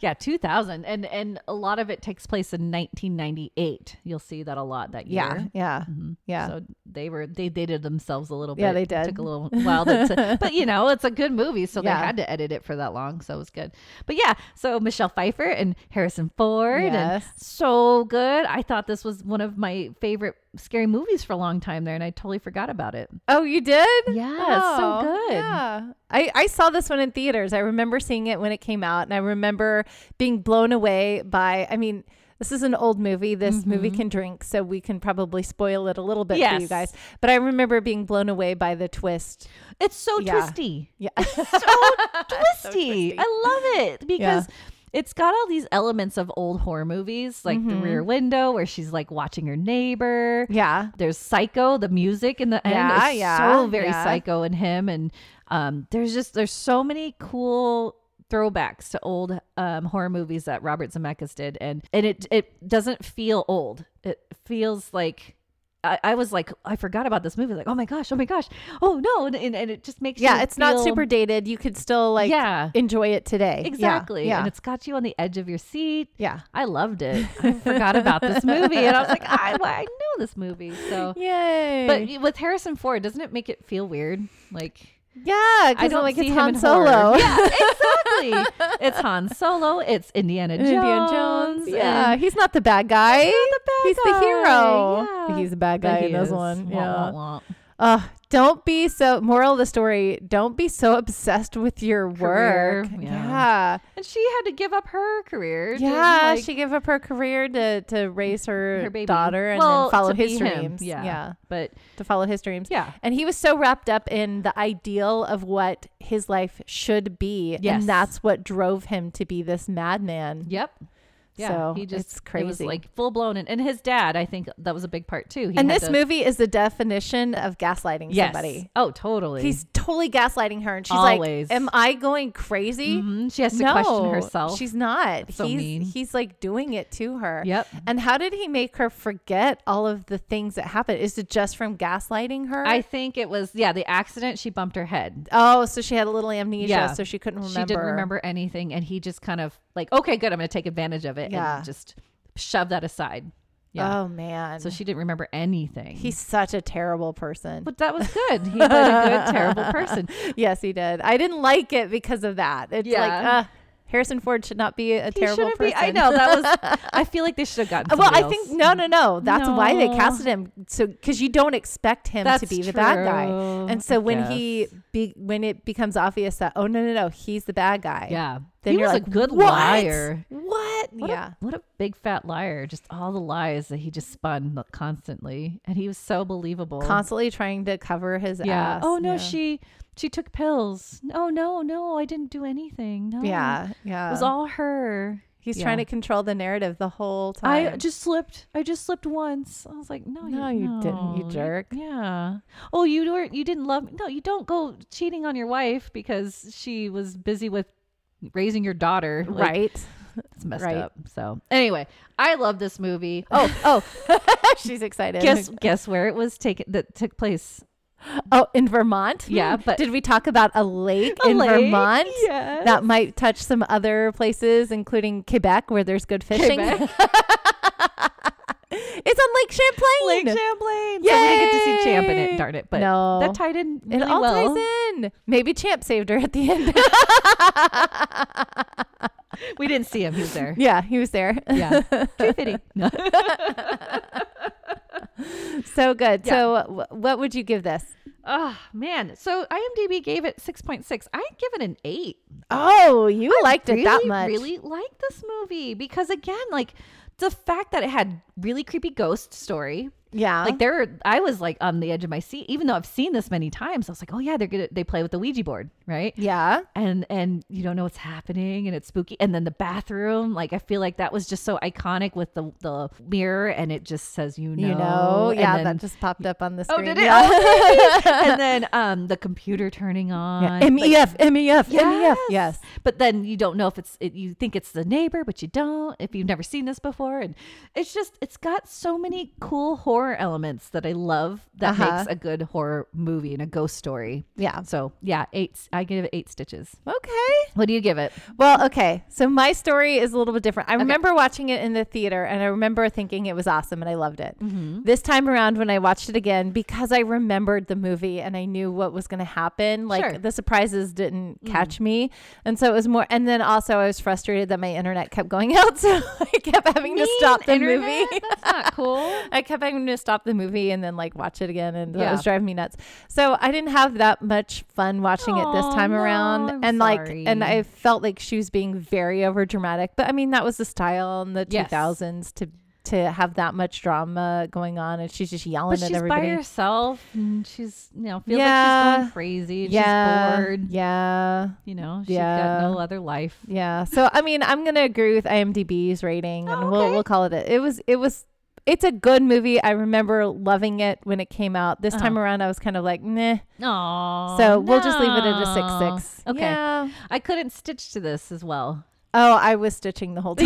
S2: Yeah, 2000, and and a lot of it takes place in 1998. You'll see that a lot that year.
S1: Yeah. Yeah.
S2: Mm-hmm.
S1: Yeah.
S2: So they were they dated themselves a little bit.
S1: Yeah, they
S2: It
S1: did.
S2: took a little while, to, but you know it's a good movie, so
S1: Yeah.
S2: they had to edit it for that long, so it was good. But yeah, so Michelle Pfeiffer and Harrison Ford,
S1: Yes.
S2: and so good. I thought this was one of my favorite scary movies for a long time there, and I totally forgot about it.
S1: oh, you did?
S2: Yeah, it's so
S1: Oh,
S2: good.
S1: Yeah. I, I saw this one in theaters. I remember seeing it when it came out, and I remember being blown away by, I mean, this is an old movie. This movie can drink, so we can probably spoil it a little bit for you
S2: Mm-hmm. Yes.
S1: guys. But I remember being blown away by the twist.
S2: It's so
S1: Yeah.
S2: twisty.
S1: Yeah.
S2: twisty. I love it because it's got all these elements of old horror movies, like
S1: Mm-hmm.
S2: The Rear Window, where she's like watching her neighbor.
S1: yeah.
S2: There's Psycho, the music in the
S1: Yeah,
S2: end is
S1: yeah,
S2: so very
S1: yeah.
S2: Psycho in him, and um, there's just there's so many cool throwbacks to old um, horror movies that Robert Zemeckis did, and and it it doesn't feel old. It feels like. I, I was like, I forgot about this movie. Like, oh my gosh, oh my gosh, oh no, and, and, and it just makes
S1: Yeah.
S2: you
S1: It's not
S2: feel-
S1: super dated. You could still like
S2: yeah
S1: enjoy it today. Yeah,
S2: Exactly.
S1: Yeah.
S2: And it's got you on the edge of your seat.
S1: yeah.
S2: I loved it. I forgot about this movie. And I was like, I, well, I know this movie. So,
S1: Yay.
S2: but y- with Harrison Ford, doesn't it make it feel weird? Like,
S1: yeah, because
S2: I don't
S1: like
S2: see
S1: it's
S2: him
S1: Han
S2: in horror.
S1: Solo.
S2: Yeah, exactly. it's Han Solo. It's Indiana Jones.
S1: Indiana Jones. Yeah,
S2: and-
S1: he's not the bad guy. He's,
S2: the bad
S1: the
S2: guy.
S1: hero.
S2: Yeah.
S1: He's the bad guy
S2: But he
S1: in this
S2: is.
S1: one.
S2: Wah,
S1: yeah.
S2: wah, wah.
S1: Ugh, don't be so. Moral of the story: Don't be so obsessed with your
S2: Career,
S1: work. Yeah,
S2: yeah. And she had to give up her career.
S1: yeah.
S2: to, like,
S1: she gave up her career to to raise her,
S2: her baby.
S1: daughter and
S2: Well,
S1: then follow
S2: to be
S1: his
S2: him.
S1: dreams.
S2: Yeah.
S1: yeah,
S2: But
S1: to follow his dreams.
S2: yeah.
S1: And he was so wrapped up in the ideal of what his life should be,
S2: Yes.
S1: and that's what drove him to be this madman.
S2: Yep.
S1: so
S2: he just
S1: it's
S2: it was
S1: crazy.
S2: like full blown, and, and his dad. I think that was a big part too. He
S1: and
S2: had
S1: this
S2: to-
S1: movie is the definition of gaslighting
S2: yes.
S1: somebody.
S2: Oh, totally.
S1: He's totally gaslighting her, and she's
S2: Always.
S1: like, "Am I going crazy?"
S2: Mhm. She has to question herself.
S1: She's not.
S2: So
S1: he's
S2: mean.
S1: he's like doing it to her.
S2: Yep.
S1: And how did he make her forget all of the things that happened? Is it just from gaslighting her?
S2: I think it was yeah the accident. She bumped her head.
S1: oh, so she had a little amnesia,
S2: Yeah.
S1: so she couldn't remember.
S2: She didn't remember anything, and he just kind of like okay, good. I'm going to take advantage of it
S1: Yeah.
S2: and just shove that aside. Yeah.
S1: Oh man.
S2: so she didn't remember anything.
S1: he's such a terrible person.
S2: but that was good. He played a good terrible person.
S1: yes, he did. I didn't like it because of that. It's like
S2: Yeah.
S1: uh, Harrison Ford should not be a
S2: He
S1: terrible
S2: shouldn't
S1: person.
S2: be- I know that was. I feel like they should have gotten.
S1: Uh, Well,
S2: somebody
S1: I think
S2: else.
S1: no, no, no. That's why they
S2: No.
S1: casted him. So because you don't expect him to
S2: That's
S1: be the bad guy,
S2: true,
S1: and so
S2: I
S1: when he be, when it becomes obvious that oh no no no he's the bad guy.
S2: Yeah.
S1: Then
S2: he
S1: you're
S2: was
S1: like
S2: a good
S1: "What?
S2: liar.
S1: What?
S2: What
S1: yeah.
S2: A, what a big fat liar. Just all the lies that he just spun constantly. And he was so believable.
S1: Constantly trying to cover his
S2: yeah.
S1: ass.
S2: Oh no,
S1: yeah.
S2: she she took pills. Oh no, no, I didn't do anything. No.
S1: Yeah, yeah.
S2: It was all her.
S1: He's
S2: yeah.
S1: trying to control the narrative the whole time.
S2: I just slipped. I just slipped once. I was like, no,
S1: No, you didn't, you
S2: no,
S1: jerk.
S2: yeah. Oh, you weren't. You didn't love me. No, you don't go cheating on your wife because she was busy with raising your daughter. Like,
S1: right.
S2: It's messed
S1: Right.
S2: up. So anyway, I love this movie. Oh,
S1: Oh, oh. She's excited.
S2: guess guess where it was taken that took place?
S1: Oh, in Vermont?
S2: Yeah,
S1: Hmm.
S2: but-
S1: did we talk about a lake
S2: A
S1: in
S2: lake?
S1: Vermont?
S2: Yes.
S1: That might touch some other places, including Quebec, where there's good fishing.
S2: Quebec.
S1: It's on Lake Champlain.
S2: Lake Champlain. So we didn't get to see Champ in it.
S1: Yay!
S2: Darn it! But
S1: No.
S2: that tied in
S1: It
S2: really
S1: all
S2: well.
S1: ties in. Maybe Champ saved her at the end.
S2: We didn't see him. He was there.
S1: yeah, he was there.
S2: yeah. Too fitting. No.
S1: so good.
S2: Yeah.
S1: So, w- what would you give this?
S2: Oh man. So IMDb gave it six point six. I give it an eight.
S1: Oh, you liked
S2: really,
S1: it that much.
S2: Really like this movie because again, like the fact that it had really creepy ghost story.
S1: Yeah.
S2: Like there, were- I was like on the edge of my seat, even though I've seen this many times. I was like, oh yeah, they're gonna they play with the Ouija board, right?
S1: yeah.
S2: And and you don't know what's happening, and it's spooky. And then the bathroom, like I feel like that was just so iconic with the the mirror, and it just says you know,
S1: You know, yeah,
S2: and then,
S1: that just popped up on the
S2: oh
S1: screen.
S2: did it?
S1: Yeah.
S2: Oh, baby! and then um the computer turning on,
S1: Yeah. E
S2: like,
S1: MEF, MEF, MEF. E Yes.
S2: but then you don't know if it's it, you think it's the neighbor, but you don't if you've never seen this before, and it's just it's got so many cool horror elements that I love that
S1: Uh-huh.
S2: makes a good horror movie and a ghost story.
S1: Yeah.
S2: So yeah, eight. I give it eight stitches.
S1: Okay.
S2: What do you give it?
S1: Well, okay. So my story is a little bit different. I remember watching it in the theater and I remember thinking it was awesome and I loved it. This time around when I watched it again because I remembered the movie and I knew what was going to happen, like
S2: Sure.
S1: the surprises didn't catch me. And so it was more and then also I was frustrated that my internet kept going out, so I kept having to stop the movie.
S2: That's not cool.
S1: I kept having to stop the movie and then like watch it again, and that
S2: Yeah.
S1: was driving me nuts. So I didn't have that much fun watching it this
S2: Aw,
S1: time
S2: no,
S1: around,
S2: I'm
S1: and like, and
S2: sorry.
S1: I felt like she was being very over dramatic. But I mean, that was the style in the
S2: Yes.
S1: two thousands to to have that much drama going on, and she's just yelling
S2: But
S1: at
S2: she's
S1: everybody.
S2: by herself, and she's you know feels like she's
S1: Yeah.
S2: going crazy. and
S1: yeah,
S2: She's bored.
S1: yeah,
S2: You know, she's
S1: Yeah.
S2: got no other life.
S1: yeah. So I mean, I'm gonna agree with IMDb's rating, and
S2: Oh,
S1: we'll
S2: okay.
S1: we'll call it. A, it was it was. It's a good movie. I remember loving it when it came out. This
S2: Uh-huh.
S1: time around, I was kind of like, meh.
S2: Oh,
S1: So we'll just leave it at a six six.
S2: Okay.
S1: Yeah.
S2: I couldn't stitch to this as well.
S1: Oh, I was stitching the whole time.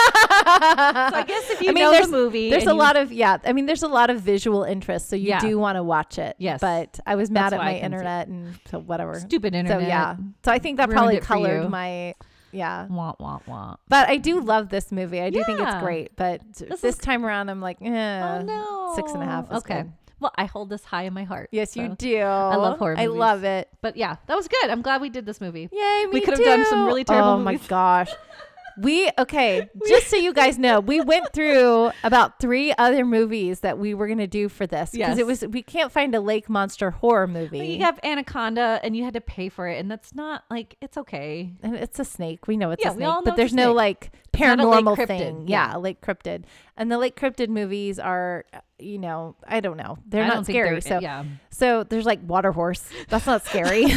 S2: So I guess if you
S1: Uh, I mean,
S2: know
S1: there's-
S2: the movie,
S1: There's
S2: and
S1: a
S2: you-
S1: lot of yeah. I mean, there's a lot of visual interest, so you
S2: Yeah.
S1: do want to watch it.
S2: Yes.
S1: But I was mad
S2: That's
S1: at
S2: why I
S1: my
S2: can see it.
S1: internet and so whatever.
S2: stupid internet.
S1: So yeah. So I think that
S2: ruined
S1: probably
S2: it for you.
S1: colored my yeah.
S2: Womp womp womp.
S1: But I do love this movie. I do think it's
S2: Yeah.
S1: great. But
S2: This
S1: this,
S2: is-
S1: time around, I'm like, eh,
S2: oh no.
S1: six and a half. Is
S2: okay.
S1: good.
S2: Well, I hold this high in my heart.
S1: Yes, you
S2: so-
S1: do.
S2: I love horror
S1: I
S2: movies.
S1: love it.
S2: But yeah, that was good. I'm glad we did this movie.
S1: Yay,
S2: We
S1: me
S2: could have done some
S1: too.
S2: really terrible
S1: Oh my
S2: movies.
S1: gosh. We okay, just so you guys know, we went through about 3 other movies that we were going to do for this because
S2: Yes.
S1: it was we can't find a lake monster horror
S2: But
S1: movie.
S2: You have Anaconda, and you had to pay for it, and that's not like it's okay.
S1: And it's a snake. We know it's
S2: Yeah,
S1: a
S2: we
S1: snake,
S2: all know it's a
S1: but there's no
S2: snake.
S1: like
S2: not a lake
S1: paranormal
S2: cryptid,
S1: thing.
S2: yeah.
S1: Yeah, lake cryptid. And the lake cryptid movies are, you know, I don't know. They're
S2: I
S1: not
S2: don't think
S1: scary.
S2: they're-
S1: so
S2: yeah.
S1: so there's like water horse. That's not scary.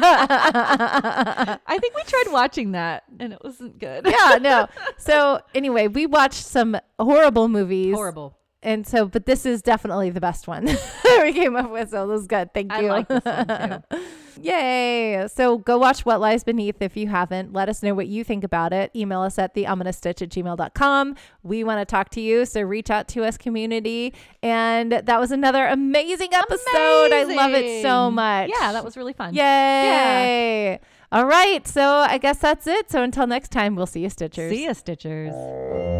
S2: I think we tried watching that and it wasn't good.
S1: yeah, no. So anyway, we watched some horrible movies.
S2: Horrible.
S1: And so, but this is definitely the best one we came up with. So this is good. Thank
S2: I
S1: you.
S2: like this one too.
S1: Yay. So go watch What Lies Beneath if you haven't. Let us know what you think about it. Email us at theominoustitch at gmail.com. We want to talk to you. So reach out to us, community. And that was another amazing episode. I love it so
S2: Amazing.
S1: much.
S2: Yeah, that was really fun.
S1: Yay. All right. So I guess that's it. So until next time, we'll see you, Stitchers.
S2: See ya, Stitchers.
S3: you.